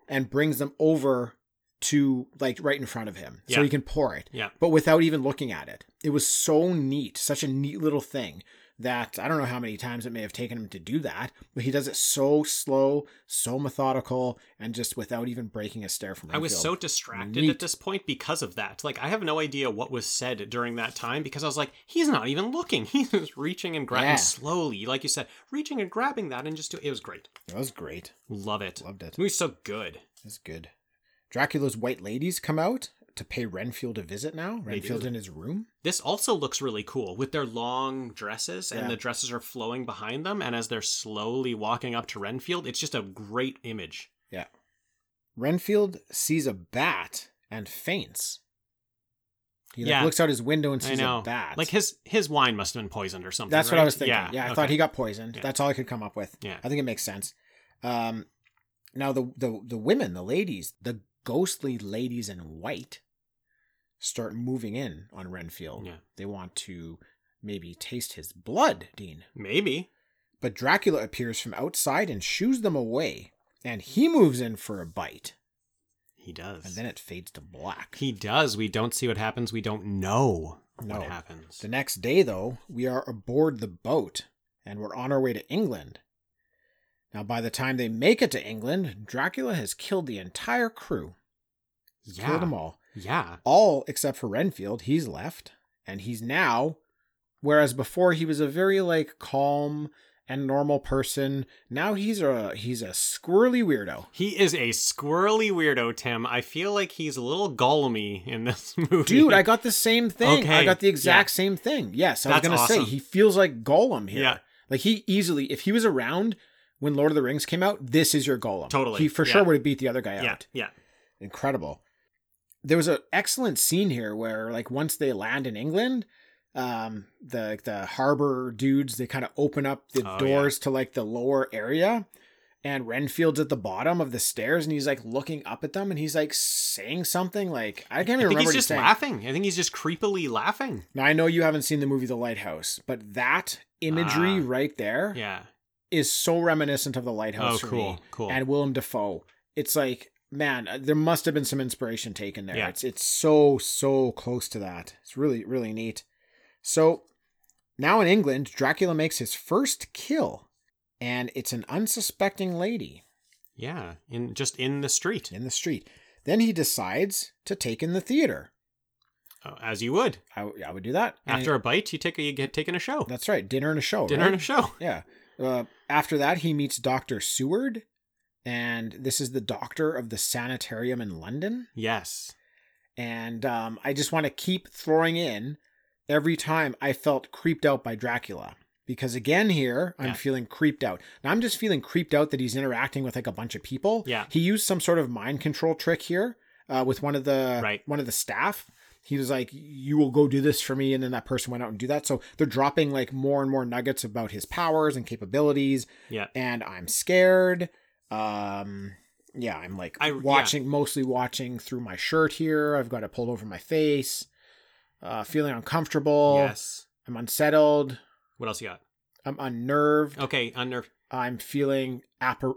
and brings them over to like right in front of him so
Yeah.
he can pour it
Yeah.
but without even looking at it. It was so neat, such a neat little thing that I don't know how many times it may have taken him to do that, but he does it so slow, so methodical, and just without even breaking a stare from
I
Renfield.
was so distracted
Neat.
at this point because of that. Like, I have no idea what was said during that time because I was like, he's not even looking. He's just reaching and grabbing
Yeah.
slowly, like you said, reaching and grabbing that and just do It was great.
That was great.
Love it.
Loved it.
Movie's so good.
That's good. Dracula's white ladies come out to pay Renfield a visit now? Renfield
do.
in his room?
This also looks really cool with their long dresses, and
Yeah.
the dresses are flowing behind them. And as they're slowly walking up to Renfield, it's just a great image.
Yeah. Renfield sees a bat and faints. He like,
Yeah.
looks out his window and
I
sees
know,
a bat.
like his his wine must have been poisoned or something.
That's what I
right?
was thinking. Yeah, I
okay.
thought he got poisoned.
Yeah.
That's all I could come up with.
Yeah.
I think it makes sense. Um, now the the the women, the ladies, the ghostly ladies in white, start moving in on Renfield.
Yeah.
They want to maybe taste his blood, Dean.
maybe.
But Dracula appears from outside and shoos them away, and he moves in for a bite,
He does.
and then it fades to black.
he does. We don't see what happens. We don't know
No.
what happens.
The next day, though, we are aboard the boat and we're on our way to England. Now, by the time they make it to England, Dracula has killed the entire crew. He's
yeah.
Killed them all.
Yeah.
All except for Renfield, he's left. And he's now, whereas before he was a very like calm and normal person, now he's a he's a squirrely weirdo.
He is a squirrely weirdo, Tim. I feel like he's a little gollumy in this movie.
Dude, I got the same thing. I
Okay,
got the exact
yeah.
same thing. Yes, I
That's
was gonna
awesome.
say he feels like Gollum here.
Yeah.
Like he easily, if he was around when Lord of the Rings came out, this is your Gollum.
Totally,
He for
yeah.
sure would have beat the other guy
yeah,
out.
yeah,
Incredible. There was an excellent scene here where, like, once they land in England, um, the the harbor dudes they kind of open up the
Oh, yeah.
doors to like the lower area, and Renfield's at the bottom of the stairs, and he's like looking up at them, and he's like saying something like I can't even
I think
remember.
he's
what
just
saying.
laughing. I think he's just creepily laughing.
Now I know you haven't seen the movie The Lighthouse, but that imagery
Ah.
right there is
Yeah,
so reminiscent of The Lighthouse.
Oh,
for
cool,
me.
cool.
And Willem Dafoe. It's like, man, uh, there must have been some inspiration taken there.
Yeah.
It's it's so so close to that. It's really really neat. So now in England, Dracula makes his first kill, and it's an unsuspecting lady
yeah. In just in the street,
in the street. Then he decides to take in the theater.
Oh, as you would
I, w- I would do that And-
after a bite, you take a, you get taken a show,
That's right, dinner and a show.
dinner
right?
and a show.
Yeah. Uh, after that, he meets Dr. Seward, and this is the doctor of the sanitarium in London.
Yes,
And um, I just want to keep throwing in every time I felt creeped out by Dracula. Because again, here, I'm
Yeah.
feeling creeped out. Now, I'm just feeling creeped out that he's interacting with like a bunch of people.
Yeah.
He used some sort of mind control trick here uh, with one of the
Right.
one of the staff. He was like, "You will go do this for me," and then that person went out and do that. So they're dropping like more and more nuggets about his powers and capabilities,
yeah.
and I'm scared. Um, yeah, I'm like
I-
watching, mostly watching through my shirt here. I've got it pulled over my face. Uh, feeling uncomfortable.
Yes.
I'm unsettled.
What else you got?
I'm unnerved.
Okay, unnerved.
I'm feeling appar-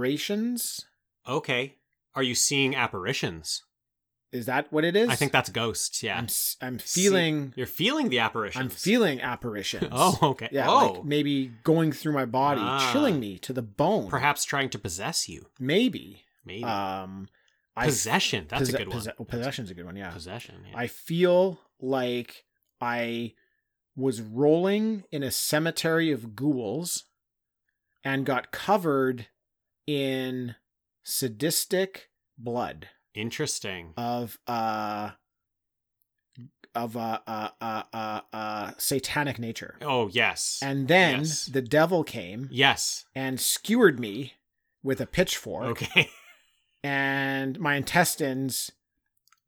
apparitions.
Okay, are you seeing apparitions?
Is that what it is?
I think that's ghosts. Yeah,
I'm. s- I'm
See-
feeling.
you're feeling the apparitions.
I'm feeling apparitions.
Oh, okay.
Yeah,
oh,
like maybe going through my body,
Ah.
chilling me to the bone.
perhaps trying to possess you.
Maybe.
Maybe
Um. I f-
possession. That's
posse-
a good one.
posse- possession's a good one. Yeah.
Possession. yeah.
I feel like I was rolling in a cemetery of ghouls and got covered in sadistic blood
Interesting.
of uh of uh uh uh uh, uh satanic nature.
oh yes.
And then
Yes.
the devil came
yes.
and skewered me with a pitchfork
Okay.
and my intestines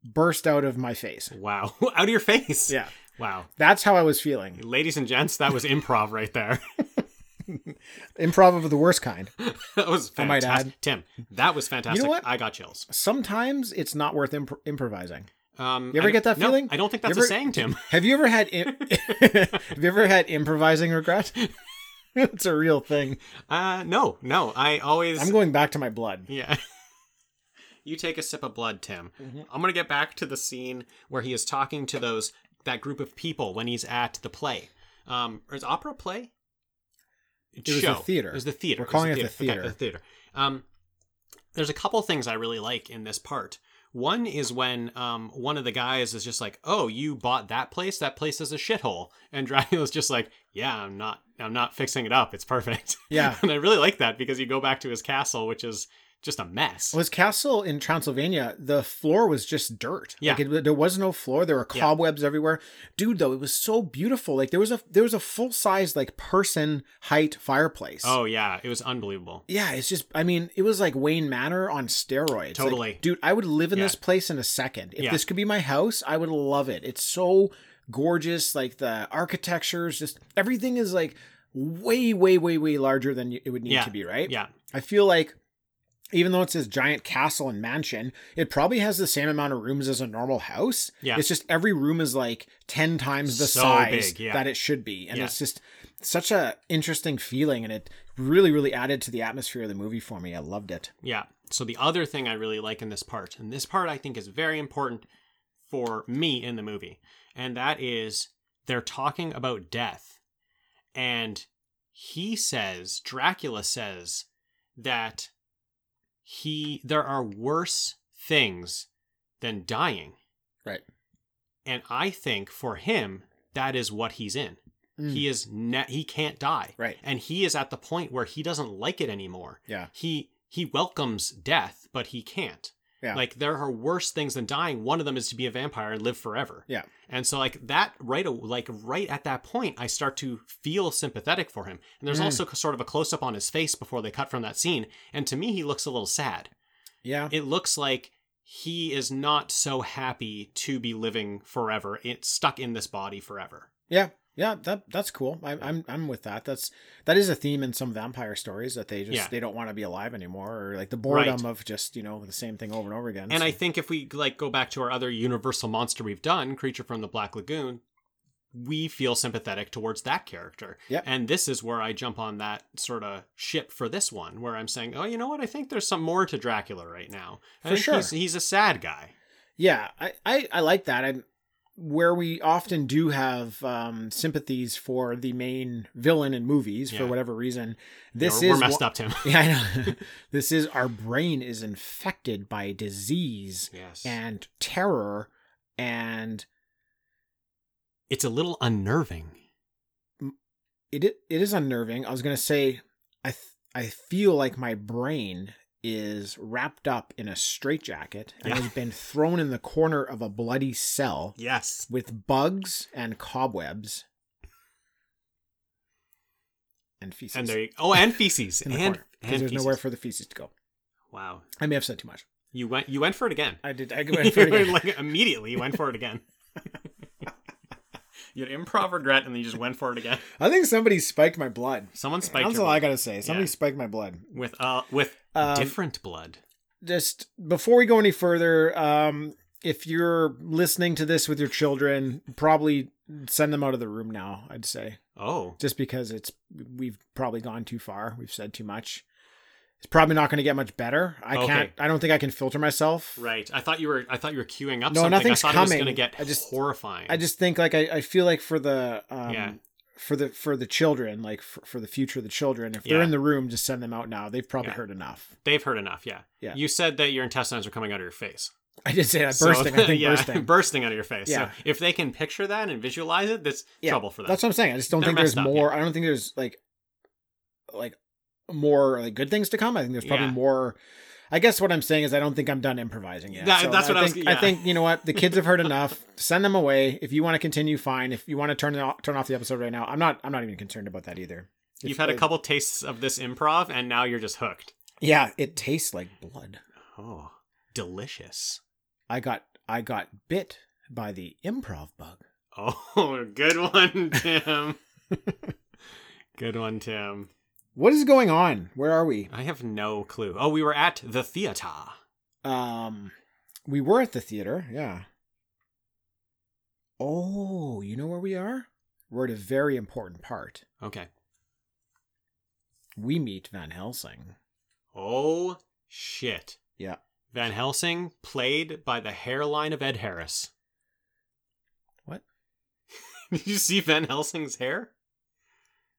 burst out of my face.
Wow. Out of your face.
Yeah.
Wow.
That's how I was feeling.
Ladies and gents, that was improv right there.
improv of the worst kind.
that was fantastic.
I might add.
Tim, that was fantastic.
what?
I got chills.
Sometimes it's not worth imp- improvising.
Um,
You ever
I-
get that
no,
feeling?
I don't think
You
that's
ever-
a saying, Tim.
Have you ever had Im- Have you ever had improvising regret? it's a real thing.
Uh, no, no. I always.
I'm going back to my blood.
Yeah. you take a sip of blood, Tim. I'm going to get back to the scene where he is talking to those that group of people when he's at the play. Um, or is opera play?
It was the theater.
It was the theater.
We're calling
was
it the
Okay, the theater. Um, there's a couple things I really like in this part. One is when um, one of the guys is just like, "Oh, you bought that place? That place is a shithole." And Dracula's just like, "Yeah, I'm not. I'm not fixing it up. It's perfect."
Yeah.
and I really like that because you go back to his castle, which is just a mess.
Was castle in Transylvania? The floor was just dirt.
Yeah.
like it, there was no floor. There were
Yeah.
cobwebs everywhere. Dude, though, it was so beautiful. Like there was a there was a full size like person height fireplace.
Oh yeah, it was unbelievable.
Yeah, it's just I mean, it was like Wayne Manor on steroids. Like,
Totally.
dude, I would live in
Yeah.
this place in a second. If
Yeah.
this could be my house, I would love it. It's so gorgeous, like the architecture's just everything is like way way way way larger than it would need
Yeah.
to be, right?
Yeah.
I feel like even though it's this giant castle and mansion, it probably has the same amount of rooms as a normal house.
Yeah.
It's just every room is like 10 times the
So
size
big, yeah.
that it should be. And
Yeah.
it's just such a interesting feeling and it really really added to the atmosphere of the movie for me. I loved it.
Yeah. So the other thing I really like in this part, and this part I think is very important for me in the movie, and that is they're talking about death. And he says, Dracula says that he there are worse things than dying.
Right.
And I think for him that is what he's in. He is ne- he can't die.
Mm. Right.
And he is at the point where he doesn't like it anymore
Yeah.
he he welcomes death but he can't
Yeah.
like there are worse things than dying one of them is to be a vampire and live forever
Yeah.
and so like that right a- like right at that point i start to feel sympathetic for him and there's
Mm.
also sort of a close up on his face before they cut from that scene and to me he looks a little sad
Yeah.
it looks like he is not so happy to be living forever it's stuck in this body forever
Yeah. Yeah, that that's cool. I, I'm I'm with that. That's that is a theme in some vampire stories that they just
Yeah.
they don't want to be alive anymore, or like the
Right.
boredom of just you know the same thing over and over again.
And
So-
I think if we like go back to our other universal monster we've done, Creature from the Black Lagoon, we feel sympathetic towards that character.
Yep.
And this is where I jump on that sort of ship for this one, where I'm saying, oh, you know what? I think there's some more to Dracula right now. I
For
think
sure.
He's, he's a sad guy.
Yeah, I, I, I like that. I'm where we often do have um, sympathies for the main villain in movies for
Yeah.
whatever reason. This
we're,
is
we're messed
wha-
up, Tim.
Yeah, I know. this is our brain is infected by disease
yes.
and terror and
It's a little unnerving.
it it is unnerving. I was gonna say, I th- I feel like my brain is wrapped up in a straitjacket and
Yeah.
has been thrown in the corner of a bloody cell
Yes.
with bugs and cobwebs and feces.
And there you Oh, and feces.
in
and
the
and
corner, 'cause there's
feces.
nowhere for the feces to go.
Wow.
I may have said too much.
You went you went for it again.
I did. I went for it again.
like immediately you went for it again. you had improv regret and then you just went for it again.
I think somebody spiked my blood.
Someone spiked
That's
your
all I
blood
gotta say. Somebody
Yeah.
spiked my blood.
with uh with
Um,
different blood.
just before we go any further, um, if you're listening to this with your children, probably send them out of the room now. I'd say
Oh.
just because it's we've probably gone too far. We've said too much. It's probably not going to get much better. I
Okay.
can't. I don't think I can filter myself.
Right. I thought you were I thought you were queuing up
No,
something.
nothing's
I thought it was
coming.
gonna get
I just-
horrifying.
I just think like I, I feel like for the um,
Yeah.
for the for the children, like for, for the future of the children, if they're
Yeah.
in the room, just send them out now. They've probably
Yeah.
heard enough.
They've heard enough, yeah.
Yeah.
You said that your intestines are coming out of your face.
I did say that
So-
bursting. I think
yeah,
bursting.
bursting out of your face.
Yeah.
So if they can picture that and visualize it, that's
Yeah,
trouble for them.
That's what I'm saying. I just don't
They're
think there's
messed up,
more. I don't think there's like, like, more like good things to come. I think there's probably
Yeah.
more. I guess what I'm saying is I don't think I'm done improvising yet.
That- that's what I was-
think, I
yeah.
think you know what the kids have heard enough. Send them away. If you want to continue, fine. If you want to turn it off, turn off the episode right now. I'm not. I'm not even concerned about that either. If-
You've had a
like-
couple tastes of this improv and now you're just hooked.
Yeah, it tastes like blood.
Oh. Delicious.
I got. I got bit by the improv bug.
Oh, good one, Tim. good one, Tim.
What is going on? Where are we?
I have no clue. Oh, we were at the theater.
Um, we were at the theater, yeah. Oh, you know where we are? We're at a very important part.
Okay.
We meet Van Helsing.
Oh, shit.
Yeah.
Van Helsing, played by the hairline of Ed Harris.
What?
Did you see Van Helsing's hair?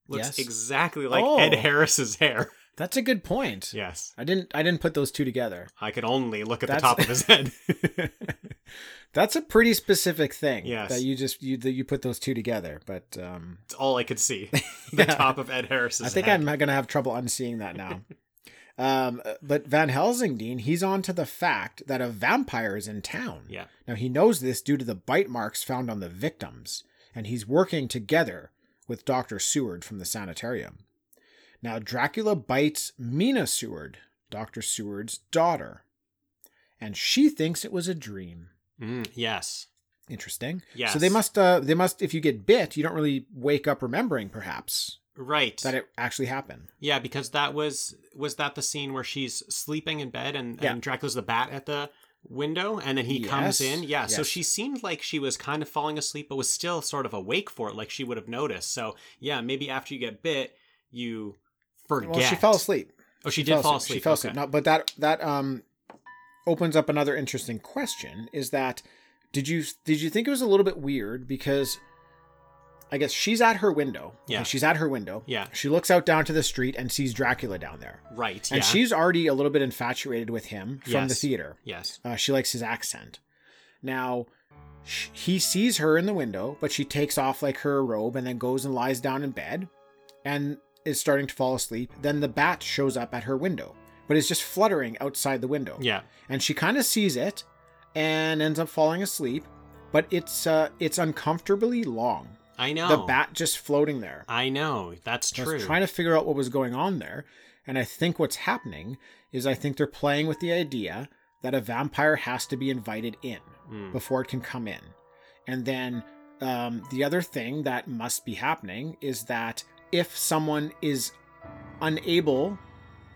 Looks
Yes.
exactly like
Oh.
Ed Harris's hair.
That's a good point.
Yes.
I didn't. I didn't put those two together.
I could only look at
That's-
the top of his head.
That's a pretty specific thing.
Yes.
That you just you that you put those two together. But um,
It's all I could see. The
Yeah.
top of Ed Harris's
I think
head.
I'm gonna have trouble unseeing that now. Um, but Van Helsingdene, he's on to the fact that a vampire is in town.
Yeah.
Now, he knows this due to the bite marks found on the victims, and he's working together with Dr. Seward from the sanitarium. Now, Dracula bites Mina Seward, Dr. Seward's daughter, and she thinks it was a dream.
Mm, yes.
Interesting.
Yes.
So they must, uh, they must. If you get bit, you don't really wake up remembering, perhaps,
Right.
that it actually happened.
yeah, because that was was that the scene where she's sleeping in bed and,
Yeah.
and Dracula's the bat at the window and then he
Yes.
comes in. Yeah. So
Yes.
she seemed like she was kind of falling asleep but was still sort of awake for it, like she would have noticed. So yeah, maybe after you get bit, you forget.
Well, she fell asleep.
Oh, she, did
fell
fall asleep.
She fell
Okay.
asleep. No, but that that um opens up another interesting question: is that did you did you think it was a little bit weird because I guess she's at her window.
Yeah.
She's at her window.
Yeah.
She looks out down to the street and sees Dracula down there,
Right.
and
yeah.
she's already a little bit infatuated with him from the
Yes.
theater.
Yes.
Uh, she likes his accent. Now, sh- he sees her in the window, but she takes off like her robe and then goes and lies down in bed and is starting to fall asleep. Then the bat shows up at her window, but is just fluttering outside the window.
Yeah.
And she kind of sees it and ends up falling asleep, but it's uh, it's uncomfortably long.
I know.
The bat just floating there.
I know. That's
I
true.
was trying to figure out what was going on there. And I think what's happening is I think they're playing with the idea that a vampire has to be invited in
Mm.
before it can come in. And then um, the other thing that must be happening is that if someone is unable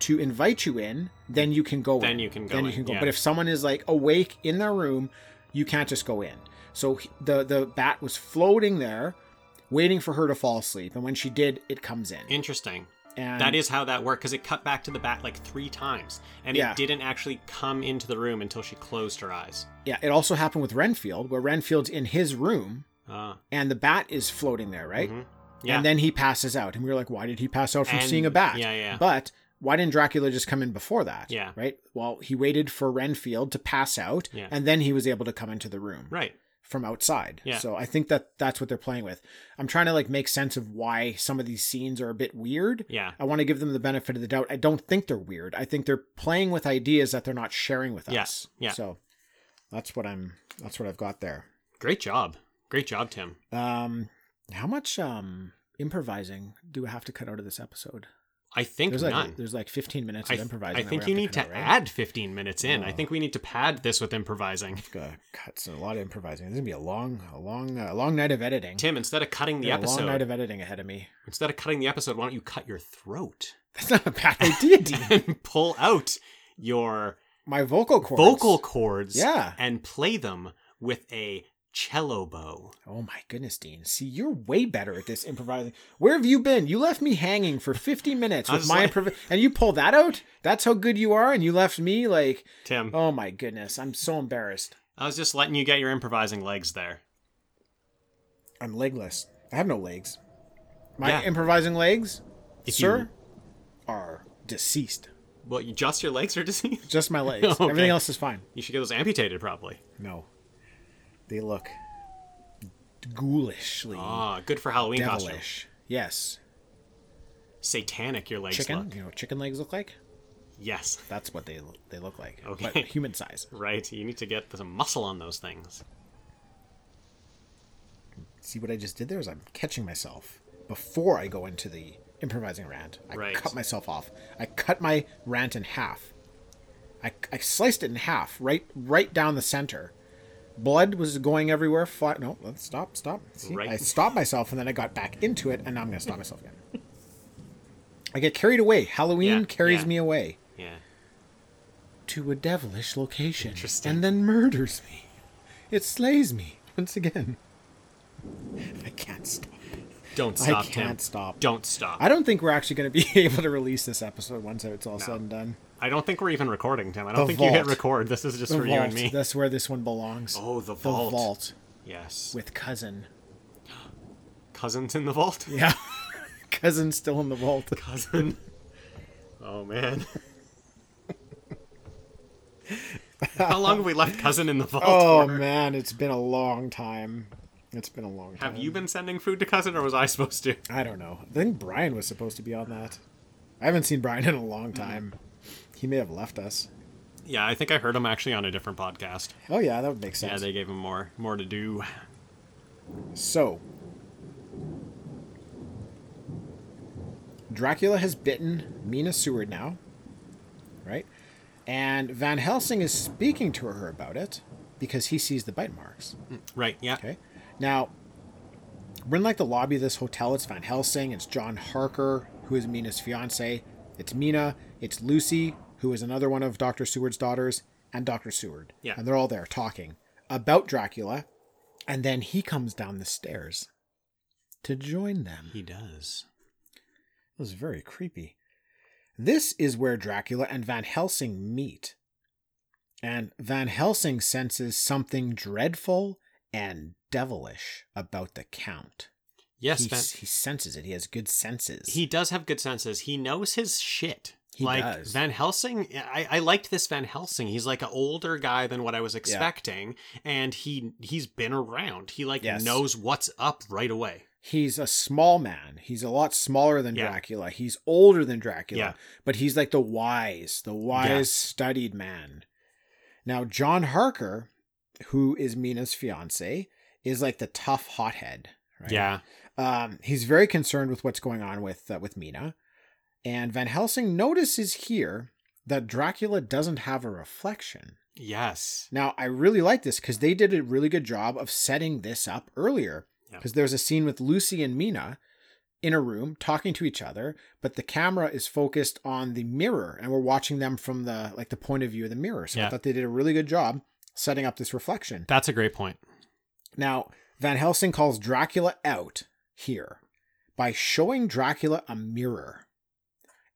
to invite you in, then you can go
Then
in.
you can go
Then you
in,
can go.
yeah.
But if someone is like awake in their room, you can't just go in. So he- the the bat was floating there, waiting for her to fall asleep, and when she did, it comes in.
Interesting.
and
That is how that worked because it cut back to the bat like three times, and
Yeah.
it didn't actually come into the room until she closed her eyes.
yeah. It also happened with Renfield, where Renfield's in his room
Uh,
and the bat is floating there, right?
mhm. Yeah.
And then he passes out. And we were like, why did he pass out from
And-
seeing a bat?
yeah, yeah.
But why didn't Dracula just come in before that?
Yeah.
Right? Well, he waited for Renfield to pass out,
Yeah.
and then he was able to come into the room
right.
from outside.
Yeah.
So I think that that's what they're playing with. I'm trying to like make sense of why some of these scenes are a bit weird.
Yeah.
I want to give them the benefit of the doubt. I don't think they're weird. I think they're playing with ideas that they're not sharing with
Yeah,
us.
yeah.
So that's what I'm that's what I've got there.
Great job. Great job, Tim.
Um, how much um improvising do we have to cut out of this episode?
I think
There's like
none.
there's like 15 minutes
I,
of
th-
improvising.
I
that
think
we're
you
gonna
need to
have cut out, right?
add 15 minutes in. I
Oh.
think we need to pad this with improvising.
Gotta cut so a lot of improvising. This is gonna be a long, a long, uh, a long night of editing.
Tim, instead of cutting the
Got a long night
episode,
of editing ahead of me.
instead of cutting the episode, why don't you cut your throat
That's not a bad idea, Dean.
and pull out your
My vocal cords.
vocal cords
Yeah.
and play them with a cello bow.
Oh my goodness, Dean. See, you're way better at this improvising. Where have you been? You left me hanging for 50 minutes
I
with
was
my
like-
improv, and you pull that out. That's how good you are, and you left me like,
Tim,
oh my goodness, I'm so embarrassed.
I was just letting you get your improvising legs there.
I'm legless. I have no legs. My
Yeah.
improvising legs,
If
sir,
you-
are deceased.
well, you- just your legs are diseased?
Just my legs.
Okay.
Everything else is fine.
You should get those amputated, probably.
No, they look ghoulishly
Ah, good for Halloween costume.
devilish. Yes,
Satanic, your legs
chicken.
look.
You know what chicken legs look like?
Yes,
That's what they they look like.
Okay.
but human size.
right. You need to get some muscle on those things.
See what I just did there is I'm catching myself before I go into the improvising rant. I
Right.
cut myself off. I cut my rant in half. I, I sliced it in half, right right down the center. Blood was going everywhere. Fly- no, let's stop, stop. See,
Right.
I stopped myself and then I got back into it, and now I'm gonna stop myself again. I get carried away. Halloween
Yeah,
carries
yeah.
me away
Yeah.
to a devilish location,
Interesting.
and then murders me. It slays me once again. I can't stop.
Don't
I
stop, Tim.
can't stop.
Don't stop.
I don't think we're actually going to be able to release this episode once it's all said and done.
I don't think we're even recording, Tim. I don't
The
think you hit
vault.
record. This is just for you and me.
That's where this one belongs.
Oh, the
The
vault.
vault
Yes.
with cousin.
Cousins in the vault?
Yeah. Cousin still in the vault.
Cousin. Oh, man. How long have we left Cousin in the vault?
Oh
for?
man, it's been a long time. It's been a long time.
Have you been sending food to cousin, or was I supposed to? Hmm.
I don't know. I think Brian was supposed to be on that. I haven't seen Brian in a long time. He may have left us.
Yeah, I think I heard him actually on a different podcast.
Oh yeah, that would make
Yeah,
sense.
they gave him more more to do.
So, Dracula has bitten Mina Seward now, right? And Van Helsing is speaking to her about it because he sees the bite marks.
Right, yeah.
Okay. Now, we're in like the lobby of this hotel. It's Van Helsing. It's John Harker, who is Mina's fiance. It's Mina. It's Lucy, who is another one of Dr. Seward's daughters, and Dr. Seward.
Yeah.
And they're all there talking about Dracula. And then he comes down the stairs to join them.
He does.
It was very creepy. This is where Dracula and Van Helsing meet. And Van Helsing senses something dreadful and devilish about the Count.
Yes,
he,
Van-
he senses it. He has good senses.
he does have good senses. He knows his shit.
He
like
does.
Van Helsing, I, I liked this Van Helsing. He's like an older guy than what I was expecting, and he he's been around. He like
Yes.
knows what's up right away.
He's a small man. He's a lot smaller than
Yeah.
Dracula. He's older than Dracula,
Yeah.
but he's like the wise, the wise
Yes.
studied man. Now, John Harker, who is Mina's fiance, is like the tough hothead. Right?
Yeah,
Um, he's very concerned with what's going on with uh, with Mina, and Van Helsing notices here that Dracula doesn't have a reflection.
yes,
Now, I really like this because they did a really good job of setting this up earlier.
Yeah.
Because there's a scene with Lucy and Mina in a room talking to each other, but the camera is focused on the mirror, and we're watching them from the like the point of view of the mirror. So I
Yeah.
thought they did a really good job setting up this reflection.
that's a great point.
Now, Van Helsing calls Dracula out here by showing Dracula a mirror.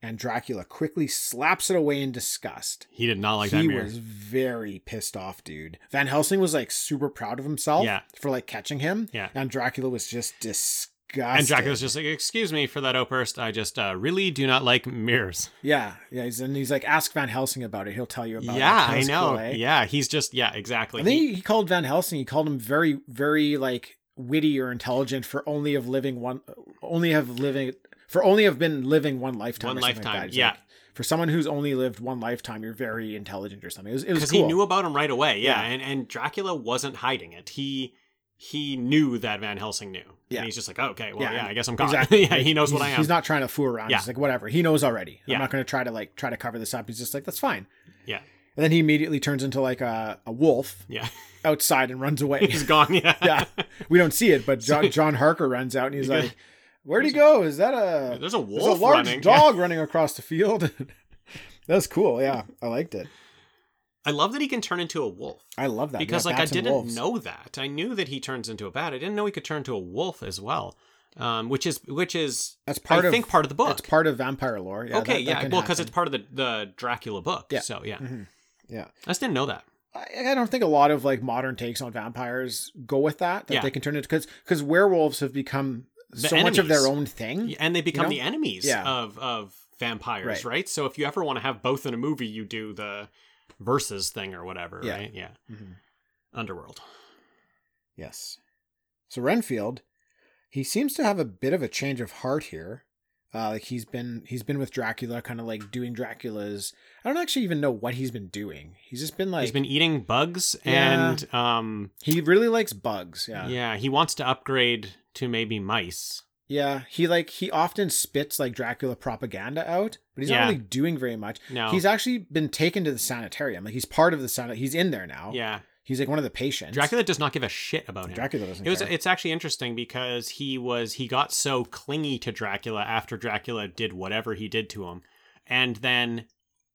And Dracula quickly slaps it away in disgust.
He did not like
he
that mirror.
was very pissed off, dude. Van Helsing was like super proud of himself
Yeah.
for like catching him.
Yeah.
And Dracula was just disgusted.
and Dracula's just like, "Excuse me for that outburst. I just uh, really do not like mirrors."
Yeah. Yeah. He's, and he's like, ask Van Helsing about it. He'll tell you about it.
yeah,
That
I
was
know.
cool, eh?
Yeah, he's just yeah, exactly.
I think
He-
he, he called Van Helsing. He called him very, very like witty or intelligent for only of living one, only have living for only have been living one lifetime.
One
or something like
lifetime,
that. He's
yeah.
like, for someone who's only lived one lifetime, you're very intelligent or something. It was, it was
because
cool.
he knew about him right away. Yeah,
Yeah.
and and Dracula wasn't hiding it. He he knew that Van Helsing knew.
Yeah.
and he's just like, oh, okay, well, yeah,
and-
I guess I'm caught.
Exactly.
yeah, he knows what I
He's-
am.
He's not trying to fool around.
Yeah.
He's like, whatever. He knows already.
Yeah.
I'm not going to try to like try to cover this up. He's just like, that's fine.
yeah,
And then he immediately turns into like a, a wolf
yeah,
outside and runs away.
he's gone. Yeah,
yeah, we don't see it, but John, John Harker runs out and he's like, "Where'd he go? Is that a
There's a wolf
There's a large
running."
dog running across the field." That's cool. Yeah, I liked it.
I love that he can turn into a wolf
I love that
because
Yeah,
like I
bats and
didn't
wolves.
know that. I knew that he turns into a bat. I didn't know he could turn to a wolf as well. Um, which is which is
that's part
I
of
think part of the book.
It's part of vampire lore. Yeah, that-
okay,
that
yeah,
can
well, because it's
happen.
part of the the Dracula book.
Yeah.
So yeah,
Mhm. yeah.
I just didn't know that.
Mm-hmm. I, I don't think a lot of like modern takes on vampires go with that that
Yeah.
they can turn into because because werewolves have become
The
so much of their
enemies.
own thing.
Yeah, and they become
Mm-hmm. know?
the enemies
Yeah.
of of vampires,
Right.
right. So if you ever want to have both in a movie, you do the versus thing or whatever,
Yeah.
right? Yeah,
Mhm.
underworld.
Yes. So Renfield, he seems to have a bit of a change of heart here. Uh, like he's been he's been with Dracula, kind of like doing Dracula's. I don't actually even know what he's been doing. He's just been like
He's been eating bugs,
Yeah.
and um,
he really likes bugs.
yeah.
Yeah.
he wants to upgrade to maybe mice.
Yeah, He like he often spits like Dracula propaganda out, but he's
Yeah.
not really doing very much.
No.
He's actually been taken to the sanitarium. Like he's part of the san. He's in there now.
Yeah,
He's like one of the patients.
Dracula does not give a shit about him.
Dracula doesn't.
It was.
care.
It's actually interesting because he was. He got so clingy to Dracula after Dracula did whatever he did to him, and then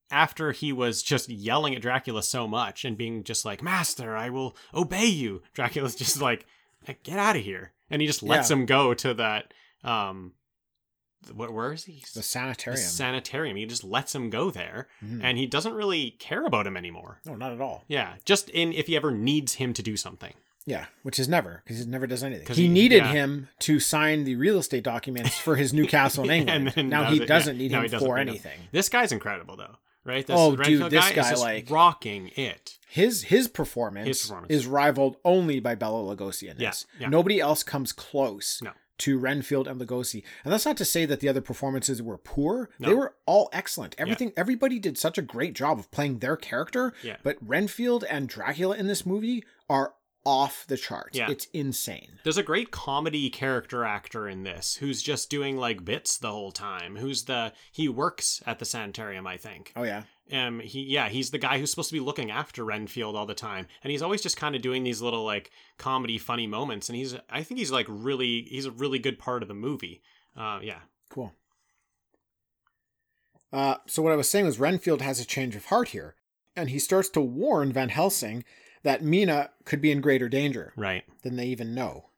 after he was just yelling at Dracula so much and being just like, "Master, I will obey you," Dracula's just like, "Get out of here," and he just lets
Yeah.
him go to that. Um, th- what? Where is he?
the
The
sanitarium.
sanitarium. He just lets him go there,
Mhm.
and he doesn't really care about him anymore.
no, not at all.
Yeah, just in if he ever needs him to do something.
Yeah, which is never because he never does anything.
'Cause
He
he-
needed
yeah.
him to sign the real estate documents for his new castle in England.
And then
now
that
he
was it, yeah.
doesn't need
Now he
him
doesn't
for
need him.
anything.
This guy's incredible though, right? This
Oh, dude,
Renfield
this
guy,
guy,
is just
like-
rocking it.
His his performance,
His performance.
is rivaled only by Bella Lugosi in
Yeah,
this.
yeah.
Nobody else comes close
No.
to Renfield and Lugosi. And that's not to say that the other performances were poor. They
No.
were all excellent. Everything everybody did such a great job of playing their character.
Yeah.
But Renfield and Dracula in this movie are off the charts.
Yeah.
It's insane.
There's a great comedy character actor in this who's just doing like bits the whole time. Who's the he works at the sanitarium, I think.
Oh yeah.
Um he yeah, he's the guy who's supposed to be looking after Renfield all the time. And he's always just kind of doing these little like comedy funny moments and he's I think he's like really he's a really good part of the movie. Uh yeah.
Cool. Uh, so what I was saying was Renfield has a change of heart here, and he starts to warn Van Helsing that Mina could be in greater danger
Right.
than they even know.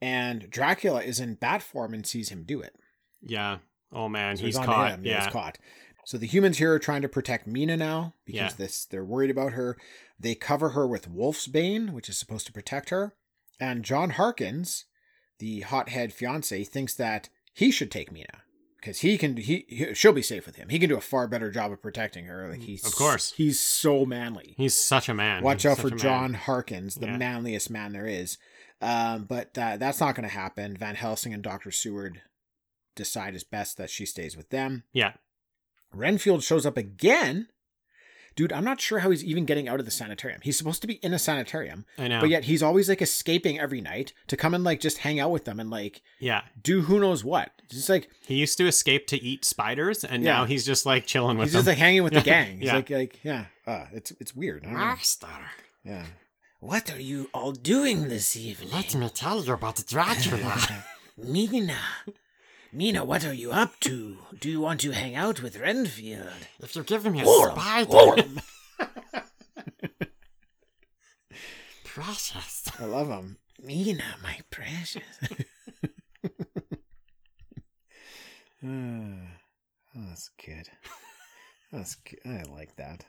And Dracula is in bat form and sees him do it.
Yeah. Oh man,
So
he's,
on to
caught.
him.
Yeah.
he's caught. So the humans here are trying to protect Mina now because
Yeah.
this they're worried about her. They cover her with wolf's bane, which is supposed to protect her. And John Harkins, the hothead fiance, thinks that he should take Mina because he can. He, he she'll be safe with him. He can do a far better job of protecting her. Like he's
Mm, Of course.
he's so manly.
He's such a man.
Watch
He's
out
such
for
a man.
John Harkins, the
Yeah.
manliest man there is. Um, but uh, that's not going to happen. Van Helsing and Doctor Seward decide it's best that she stays with them.
Yeah.
Renfield shows up again. Dude, I'm not sure how he's even getting out of the sanitarium. He's supposed to be in a sanitarium,
I know.
but yet he's always like escaping every night to come and like just hang out with them and like
yeah.
do who knows what. Just like
He used to escape to eat spiders, and
Yeah.
now he's just like chilling with
he's
them.
just like hanging with the gang. He's
Yeah.
like like yeah, uh, it's it's weird. I don't know.
Master,
Yeah. What are you all doing this evening?
me tell you about Dracula.
Mina. Mina, what are you up to? Do you want to hang out with Renfield?
if you give me a spider, precious.
I love him. Mina, my precious. Uh, that's good. That's good. I like that.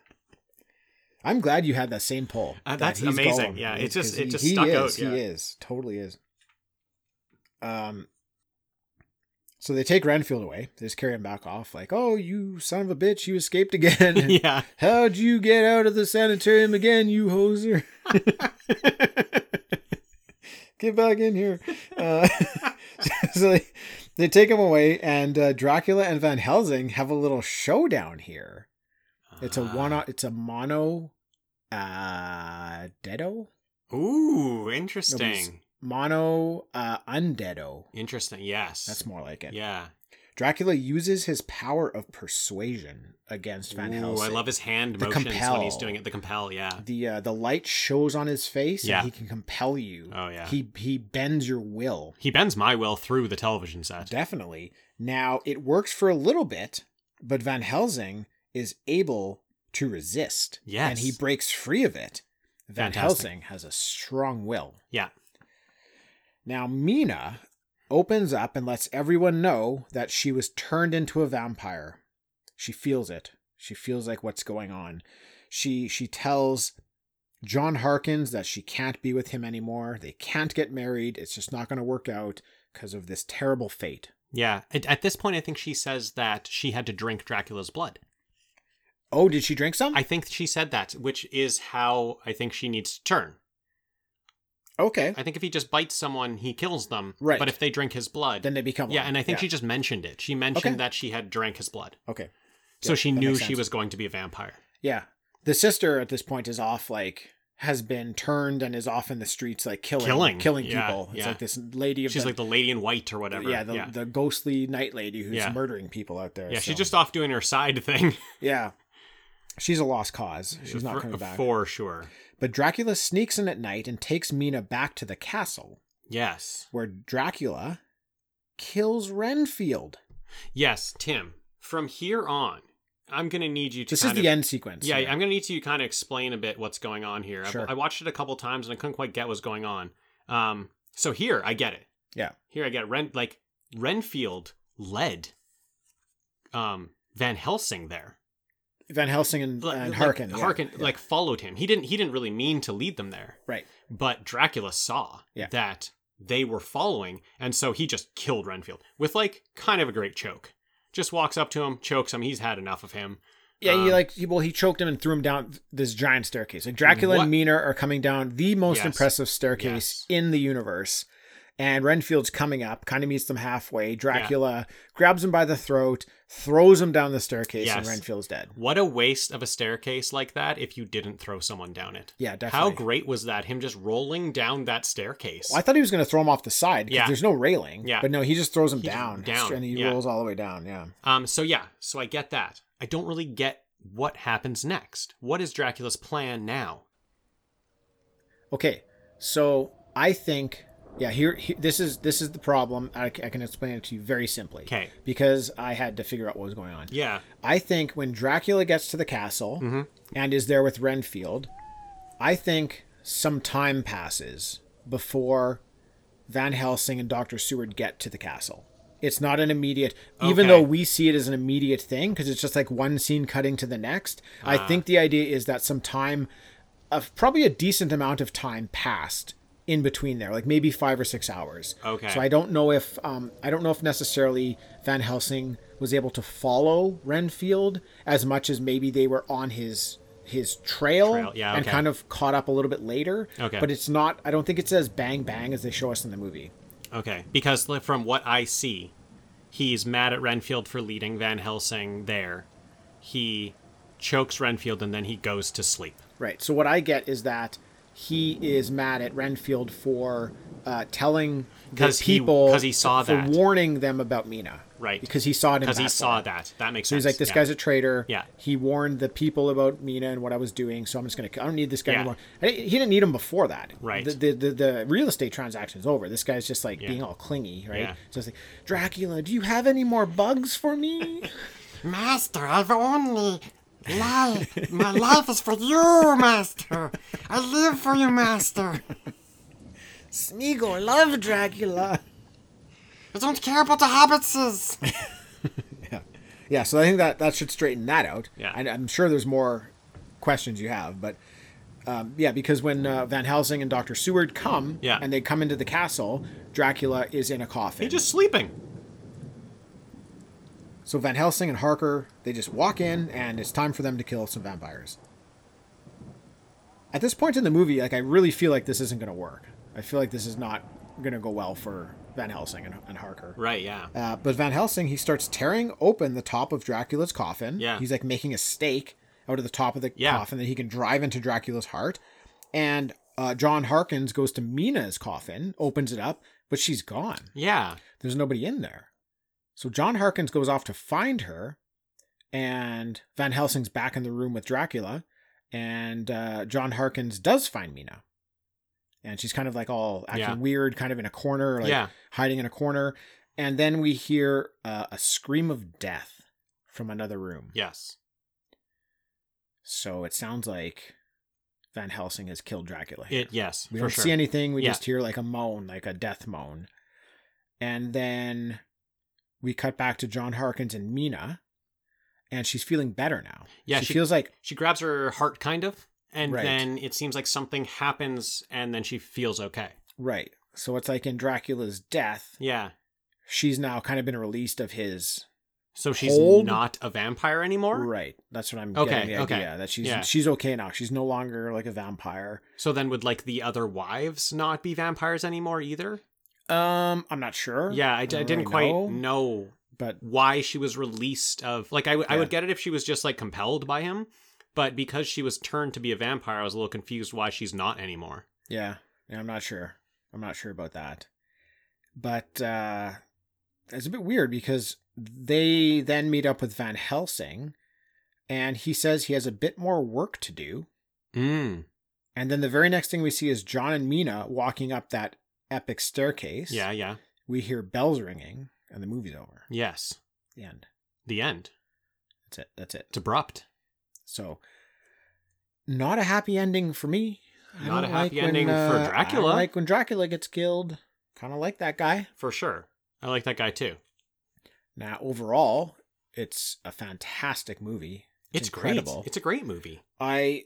I'm glad you had that same poll.
Uh,
that
that's
he's
amazing.
Gollum.
Yeah, it
Because
just- it
he-
just
he
stuck
is,
out, yeah.
He is totally is. Um. So they take Renfield away. They just carry him back off. Like, oh, you son of a bitch, you escaped again.
yeah.
How'd you get out of the sanitarium again, you hoser? get back in here. Uh, so they, they take him away, and uh, Dracula and Van Helsing have a little showdown here. It's a one. It's a mono. Uh, deado.
Ooh, interesting.
Nobody's- Mono. Uh, undeado.
Interesting. Yes.
That's more like it.
Yeah.
Dracula uses his power of persuasion against Van
Ooh,
Helsing.
I love his hand
The
motions when he's
compel.
doing it. The compel. Yeah.
the uh, the light shows on his face
Yeah.
and he can compel you
Oh, yeah.
he he bends your will
He bends my will through the television set.
definitely now it works for a little bit but van helsing is able to resist
Yes.
and he breaks free of it van
Fantastic.
helsing has a strong will
yeah.
now mina opens up and lets everyone know that she was turned into a vampire she feels it she feels like what's going on she she tells John Harkins that she can't be with him anymore. They can't get married. It's just not going to work out because of this terrible fate.
Yeah. At, at this point, I think she says that she had to drink Dracula's blood.
Oh, did she drink some?
I think she said that, which is how I think she needs to turn.
okay.
I think if he just bites someone, he kills them.
Right.
But if they drink his blood,
then they become
yeah.
one.
And I think she just mentioned it. She mentioned that she had drank his blood,
Okay.
so
Yeah,
she
that
knew
makes
she
sense.
was going to be a vampire.
Yeah. The sister at this point is off like has been turned and is off in the streets like killing
Killing.
killing,
Yeah,
people. It's
yeah.
like this lady of
She's
the,
like the lady in white or whatever.
yeah, the,
yeah.
the ghostly night lady who's
Yeah.
murdering people out there.
Yeah, she's
so-
just off doing her side thing.
Yeah. She's a lost cause. She's not
for,
coming back.
for sure.
But Dracula sneaks in at night and takes Mina back to the castle.
Yes,
where Dracula kills Renfield.
yes, Tim. From here on, I'm gonna need you to.
This is
kind
the
of-
end sequence.
Yeah, I'm going to need to kind of explain a bit what's going on here. I-
Sure.
I, watched it a couple times and I couldn't quite get what's going on. Um, so here I get it.
Yeah.
Here I get it. Ren like Renfield led um Van Helsing there.
Van Helsing and,
Like-
and
like,
Harkin. yeah,
Harkin
yeah,
like followed him. He didn't he didn't really mean to lead them there,
right.
but Dracula saw
Yeah.
that they were following and so he just killed Renfield with like kind of a great choke. Just walks up to him, chokes him. He's had enough of him.
Yeah, he
Um,
like he, well, he choked him and threw him down th- this giant staircase. Like Dracula
What-
and Mina are coming down the most
Yes.
impressive staircase
Yes.
in the universe, and Renfield's coming up, kind of meets them halfway. Dracula grabs him by the throat, throws him down the staircase, and
Yes.
Renfield's dead.
What a waste of a staircase like that if you didn't throw someone down it.
Yeah,
How
definitely.
great was that? Him just rolling down that staircase.
Well, I thought he was going to throw him off the side because
Yeah.
there's no railing.
Yeah.
But no, he just throws him
He just
down,
down,
and he
yeah.
rolls all the way down. Yeah.
Um, so yeah, so I get that. I don't really get what happens next. What is Dracula's plan now?
Okay. So I think yeah, here, he- this is this is the problem. I, c- I can explain it to you very simply.
Okay.
Because I had to figure out what was going on.
Yeah.
I think when Dracula gets to the castle and is there with Renfield, I think some time passes before Van Helsing and Dr. Seward get to the castle. It's not an immediate, even
Okay.
though we see it as an immediate thing, because it's just like one scene cutting to the next. I think the idea is that some time, of probably a decent amount of time passed in between there, like maybe five or six hours.
Okay.
So I don't know if um, I don't know if necessarily Van Helsing was able to follow Renfield as much as maybe they were on his his trail,
Trail, yeah,
and
okay.
kind of caught up a little bit later.
Okay.
But it's not. I don't think it's as bang bang as they show us in the movie.
Okay. Because li- from what I see, he's mad at Renfield for leading Van Helsing there. He chokes Renfield and then he goes to sleep.
Right. So what I get is that he is mad at Renfield for uh, telling the
'Cause he-
people
'cause he saw
for
that.
warning them about Mina.
Right.
Because he saw it.
Because he saw
that.
that. That makes
So
sense.
he's like, this
yeah.
guy's a traitor.
Yeah.
He warned the people about Mina and what I was doing, so I'm just gonna. I don't need this guy
Yeah.
anymore. And he he didn't need him before that.
Right.
The the, the, the real estate transaction's over. This guy's just like
Yeah.
being all clingy, right?
Yeah.
So it's like, Dracula, do you have any more bugs for me?
Master, I've only life. My life is for you, Master. I live for you, Master.
Smeagol, I love Dracula.
I don't care about the hobbitses.
Yeah. So I think that that should straighten that out.
Yeah.
And I'm sure there's more questions you have, but. Um, yeah, because when uh, Van Helsing and Doctor Seward come,
Yeah.
and they come into the castle, Dracula is in a coffin.
He's just sleeping.
So Van Helsing and Harker, they just walk in, and it's time for them to kill some vampires. At this point in the movie, like I really feel like this isn't going to work. I feel like this is not going to go well for Van Helsing and, and Harker.
Right, yeah.
Uh, but Van Helsing, he starts tearing open the top of Dracula's coffin.
Yeah.
He's like making a stake out of the top of the
Yeah.
coffin that he can drive into Dracula's heart. And uh, John Harkins goes to Mina's coffin, opens it up, but she's gone
Yeah.
there's nobody in there. So John Harkins goes off to find her, and Van Helsing's back in the room with Dracula, and uh, John Harkins does find Mina. And she's kind of like all acting
Yeah.
weird, kind of in a corner, like
Yeah.
hiding in a corner. And then we hear uh, a scream of death from another room.
Yes.
So it sounds like Van Helsing has killed Dracula. here.
It yes.
We
for
don't
sure.
see anything. We
Yeah.
just hear like a moan, like a death moan. And then we cut back to John Harkins and Mina, and she's feeling better now.
Yeah,
she,
she-
feels like
She grabs her heart kind of, and
Right.
then it seems like something happens and then she feels okay.
right. So it's like in Dracula's death,
Yeah.
she's now kind of been released of his
So she's
Hold.
not a vampire anymore?
right. That's what I'm
Okay,
getting the
okay.
idea that she's
Yeah.
she's okay now. She's no longer like a vampire.
So then would like the other wives not be vampires anymore either?
Um, I'm not sure.
Yeah, I, I
don't
didn't
really
quite
know,
know.
but
why she was released of like I would- I
Yeah.
would get it if she was just like compelled by him, but because she was turned to be a vampire, I was a little confused why she's not anymore.
Yeah, yeah, I'm not sure. I'm not sure about that. But uh it's a bit weird because they then meet up with Van Helsing and he says he has a bit more work to do. Hmm.
Mm.
And then the very next thing we see is John and Mina walking up that epic staircase.
Yeah, yeah.
We hear bells ringing and the movie's over.
Yes.
The end.
The end.
That's it. That's it.
It's abrupt.
So not a happy ending for me. I
Not
don't
a happy
like when,
ending for
uh, I
Dracula.
like when Dracula gets killed. Kind of like that guy.
For sure. I like that guy too.
Now, overall, it's a fantastic movie.
It's, incredible.
incredible.
It's a great movie.
I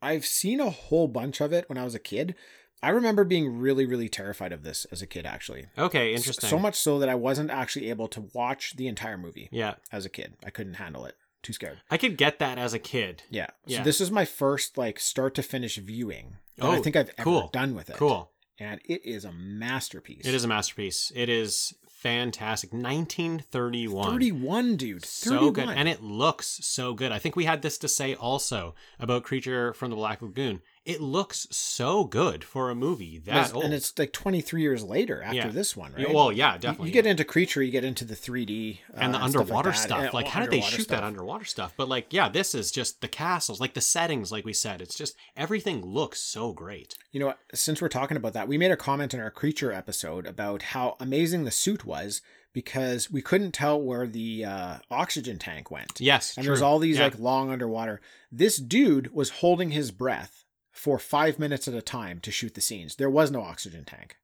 I've seen a whole bunch of it when I was a kid. I remember being really, really terrified of this as a kid, actually.
Okay,
S-
interesting.
So much so that I wasn't actually able to watch the entire movie
Yeah.
as a kid. I couldn't handle it. Too scared.
I could get that as a kid.
Yeah. So
Yeah.
this is my first like start to finish viewing that I
Oh,
think I've ever
cool.
done with it.
Cool.
and it is a masterpiece.
It is a masterpiece. It is fantastic. 1931.
31, dude. 31.
so good and it looks so good i think we had this to say also about creature from the black lagoon it looks so good for a movie that
And it's,
old
and it's like 23 years later after
Yeah.
this one,
Yeah,
right?
well yeah
You-
definitely
You, get into creature, you get into the 3D uh,
and the
stuff like
underwater
that.
stuff,
Yeah,
like,
well,
how did they
underwater
shoot that
stuff.
underwater stuff but like yeah this is just the castles like the settings like we said it's just everything looks so great
You know, what? since we're talking about that, we made a comment in our creature episode about how amazing the suit was because we couldn't tell where the uh, oxygen tank went.
yes
and
true.
there's all these
Yeah.
like long underwater. This dude was holding his breath for five minutes at a time to shoot the scenes. There was no oxygen tank.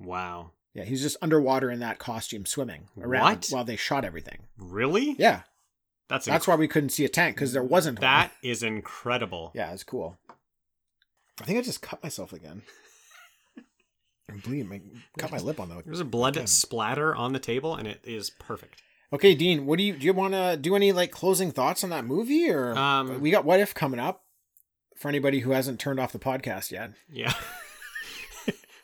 wow
Yeah, he's just underwater in that costume swimming around
What?
while they shot everything.
really
Yeah,
that's
that's why we couldn't see a tank because there wasn't one.
that is incredible
Yeah, it's cool. I think I just cut myself again. I'm bleeding. My, cut my lip on that.
there's a blood splatter on the table and it is perfect
Okay, Dean, what do you do? You want to do any like closing thoughts on that movie, or
Um,
we got What If coming up for anybody who hasn't turned off the podcast yet?
Yeah.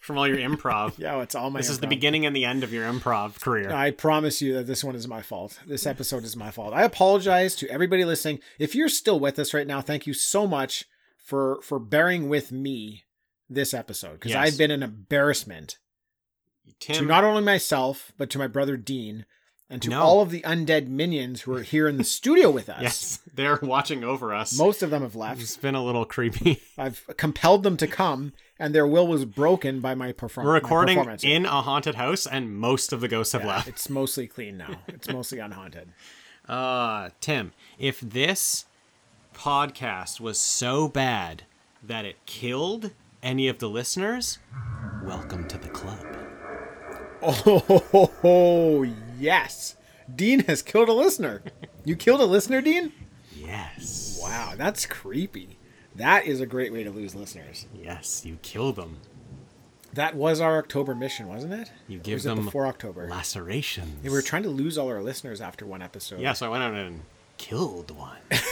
From all your improv.
Yeah, it's all my.
this is the
improv.
beginning and the end of your improv career.
I promise you that this one is my fault. This episode is my fault. I apologize to everybody listening. If you're still with us right now, thank you so much for for bearing with me this episode because
Yes.
I've been an embarrassment
Tim,
to not only myself but to my brother Dean and to
No.
all of the undead minions who are here in the studio with us.
yes, they're watching over us.
Most of them have left.
it's been a little creepy.
I've compelled them to come, and their will was broken by my, perform-
We're
my
recording
performance.
in a haunted house, and most of the ghosts have
Yeah,
left.
it's mostly clean now. It's mostly unhaunted.
Uh, Tim, if this podcast was so bad that it killed any of the listeners, welcome to the club.
Oh, ho, ho, ho, Oh, yes. Dean has killed a listener. You killed a listener, Dean?
Yes.
Wow, that's creepy. That is a great way to lose listeners.
Yes, you kill them.
That was our October mission, wasn't it?
You
Or
give
was it
them
before October.
Lacerations.
Yeah, we were trying to lose all our listeners after one episode.
Yeah, so I went out and killed one. Would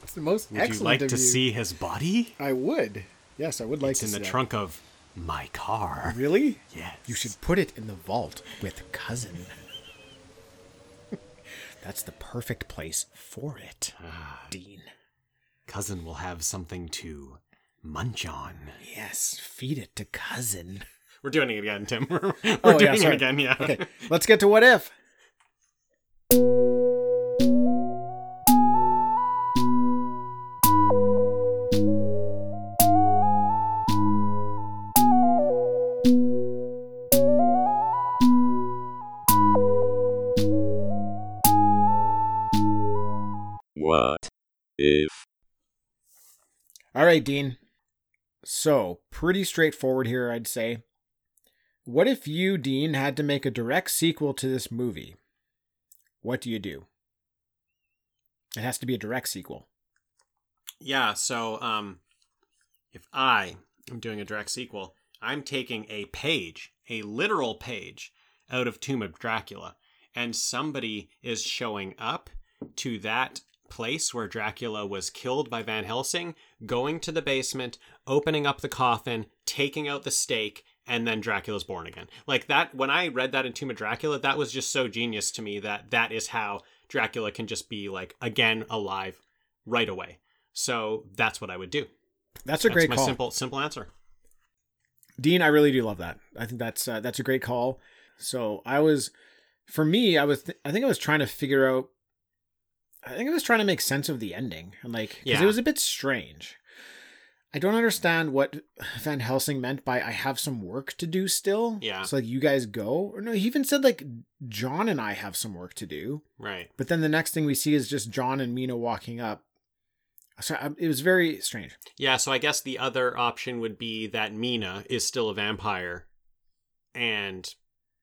That's the most excellent
you like
of
to see his body?
I would. Yes, I would like
It's
to
in
see
the
that.
trunk of my car.
Really?
Yes.
You should put it in the vault with cousin. That's the perfect place for it, Dean.
Ah, Cousin will have something to munch on.
Yes, feed it to cousin.
We're doing it again, Tim. We're, we're
Oh, yeah,
doing it
sorry.
again, yeah.
Okay, let's get to what if.
What if
All right, Dean. So, pretty straightforward here, I'd say. What if you, Dean, had to make a direct sequel to this movie? What do you do? It has to be a direct sequel.
Yeah, so um if I am doing a direct sequel, I'm taking a page, a literal page out of Tomb of Dracula, and somebody is showing up to that place where Dracula was killed by Van Helsing, going to the basement, opening up the coffin, taking out the stake, and then Dracula's born again. Like that when I read that in Tomb of Dracula, that was just so genius to me that that is how Dracula can just be like again alive right away. So that's what I would do.
That's a
that's
great
my
call.
simple simple answer.
Dean, I really do love that. I think that's uh, that's a great call. So I was, for me, I was, th- I think I was trying to figure out. I think I was trying to make sense of the ending, and like, because
Yeah.
it was a bit strange. I don't understand what Van Helsing meant by "I have some work to do still."
Yeah.
so like you guys go, or no, he even said like John and I have some work to do,
Right.
but then the next thing we see is just John and Mina walking up. So I, it was very strange.
Yeah, so I guess the other option would be that Mina is still a vampire and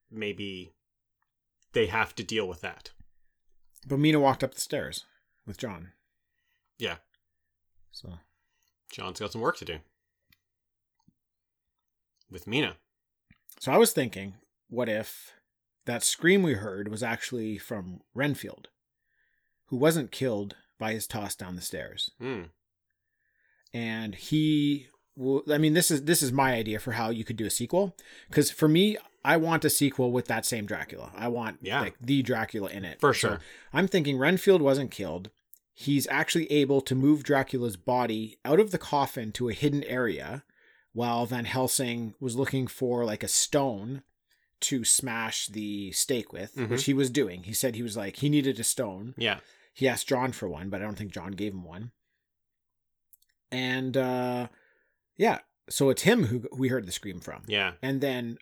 maybe they have to deal with that.
But Mina walked up the stairs with John.
Yeah.
So
John's got some work to do. With Mina.
So I was thinking, what if that scream we heard was actually from Renfield, who wasn't killed by his toss down the stairs?
Hmm.
And he w- I mean, this is this is my idea for how you could do a sequel. Because for me, I want a sequel with that same Dracula. I want
Yeah.
like the Dracula in it
For
So
sure.
I'm thinking Renfield wasn't killed. He's actually able to move Dracula's body out of the coffin to a hidden area, while Van Helsing was looking for like a stone to smash the stake with, which he was doing. He said he was like he needed a stone.
Yeah.
He asked John for one, but I don't think John gave him one. And uh yeah, so it's him who we heard the scream from.
Yeah.
And then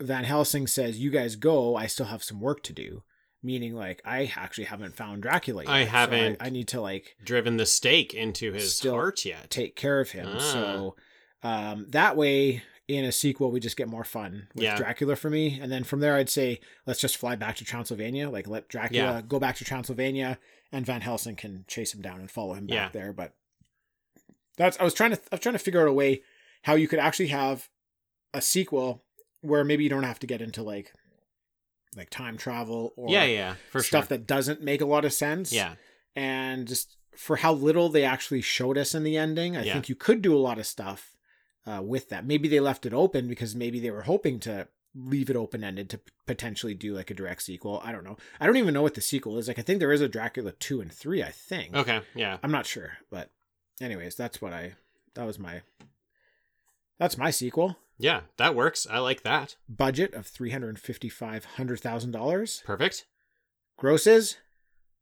Van Helsing says, "You guys go. I still have some work to do." Meaning, like, I actually haven't found Dracula. Yet,
I
so
haven't-
I, need to like
Driven the stake into his
Still
heart yet.
take care of him.
Ah.
So um, that way, in a sequel, we just get more fun with
Yeah.
Dracula for me. And then from there, I'd say let's just fly back to Transylvania. Like, let Dracula
Yeah.
go back to Transylvania, and Van Helsing can chase him down and follow him
Yeah.
back there. But that's I was trying to I was trying to figure out a way how you could actually have a sequel where maybe you don't have to get into like like time travel or
yeah, yeah, for
stuff
sure.
that doesn't make a lot of sense.
yeah,
And just for how little they actually showed us in the ending, I
Yeah.
think you could do a lot of stuff uh, with that. Maybe they left it open because maybe they were hoping to leave it open ended to p- potentially do like a direct sequel. I don't know. I don't even know what the sequel is. Like I think there is a Dracula 2 and 3, I think.
okay, yeah,
I'm not sure, but anyways, that's what I that was my that's my sequel.
yeah, that works. I like that.
Budget of three hundred and fifty five hundred thousand dollars.
Perfect,
Grosses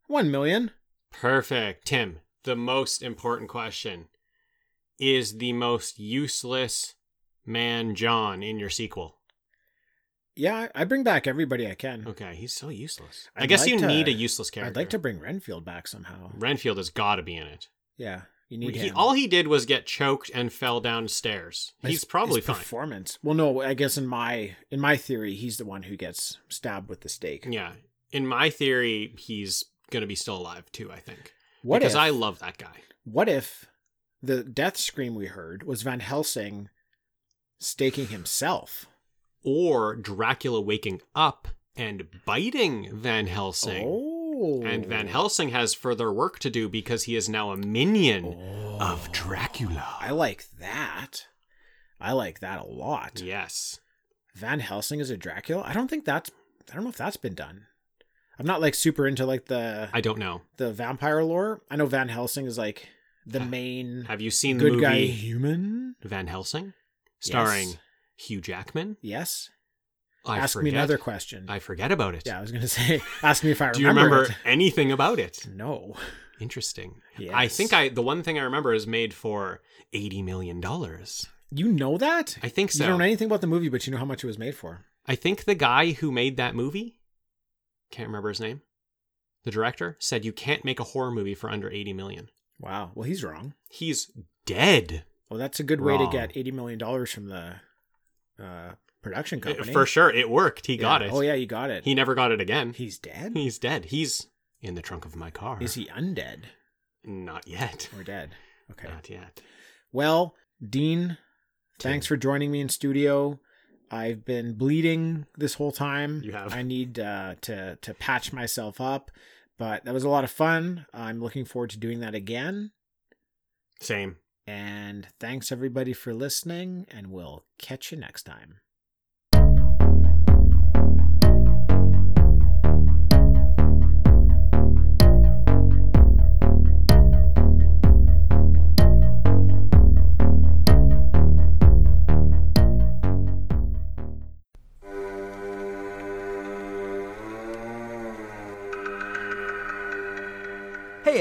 one million.
perfect. Tim, the most important question is the most useless man John in your sequel.
Yeah, I I bring back everybody I can.
Okay, he's so useless. i
I'd
guess
like
you
to-
need a useless character.
I'd like to bring Renfield back somehow.
Renfield has got to be in it.
Yeah, you need
He,
him.
all he did was get choked and fell downstairs.
His-
He's probably
his
fine.
Performance. Well, no, I guess in my in my theory, he's the one who gets stabbed with the stake.
yeah, in my theory, he's gonna be still alive too. I think
What
because
if?
I love that guy.
what if the death scream we heard was Van Helsing staking himself?
or Dracula waking up and biting Van Helsing.
Oh,
And Van Helsing has further work to do because he is now a minion
Oh.
of Dracula.
I like that. I like that a lot.
Yes.
Van Helsing is a Dracula. I don't think that's. I don't know if that's been done. I'm not like super into like the
I don't know.
the vampire lore. I know Van Helsing is like the
Ha-
main
Have you seen the
good
movie
guy human.
Van Helsing starring
Yes.
Hugh Jackman?
Yes.
I
Ask
forget.
me another question.
I forget about it.
yeah, I was gonna say. Ask me if I remember.
Do you remember
it.
anything about it?
No.
Interesting. I
Yes.
think I the one thing I remember is made for 80 million dollars.
You know that?
I think so.
You don't know anything about the movie, but you know how much it was made for.
I think the guy who made that movie, can't remember his name, the director said you can't make a horror movie for under 80 million.
Wow. Well, he's wrong.
He's dead.
Well, that's a good way to
Wrong.
get eighty million dollars from the uh, production company.
For sure, it worked. He
Yeah.
got it.
Oh yeah, you got it.
He never got it again.
he's dead.
He's dead. He's in the trunk of my car.
Is he undead
Not yet.
or dead? Okay.
Not yet.
Well, Dean,
Tim.
thanks for joining me in studio. I've been bleeding this whole time.
You have.
I need uh, to to patch myself up, but that was a lot of fun. I'm looking forward to doing that again.
Same.
And thanks everybody for listening, and we'll catch you next time.
Hey,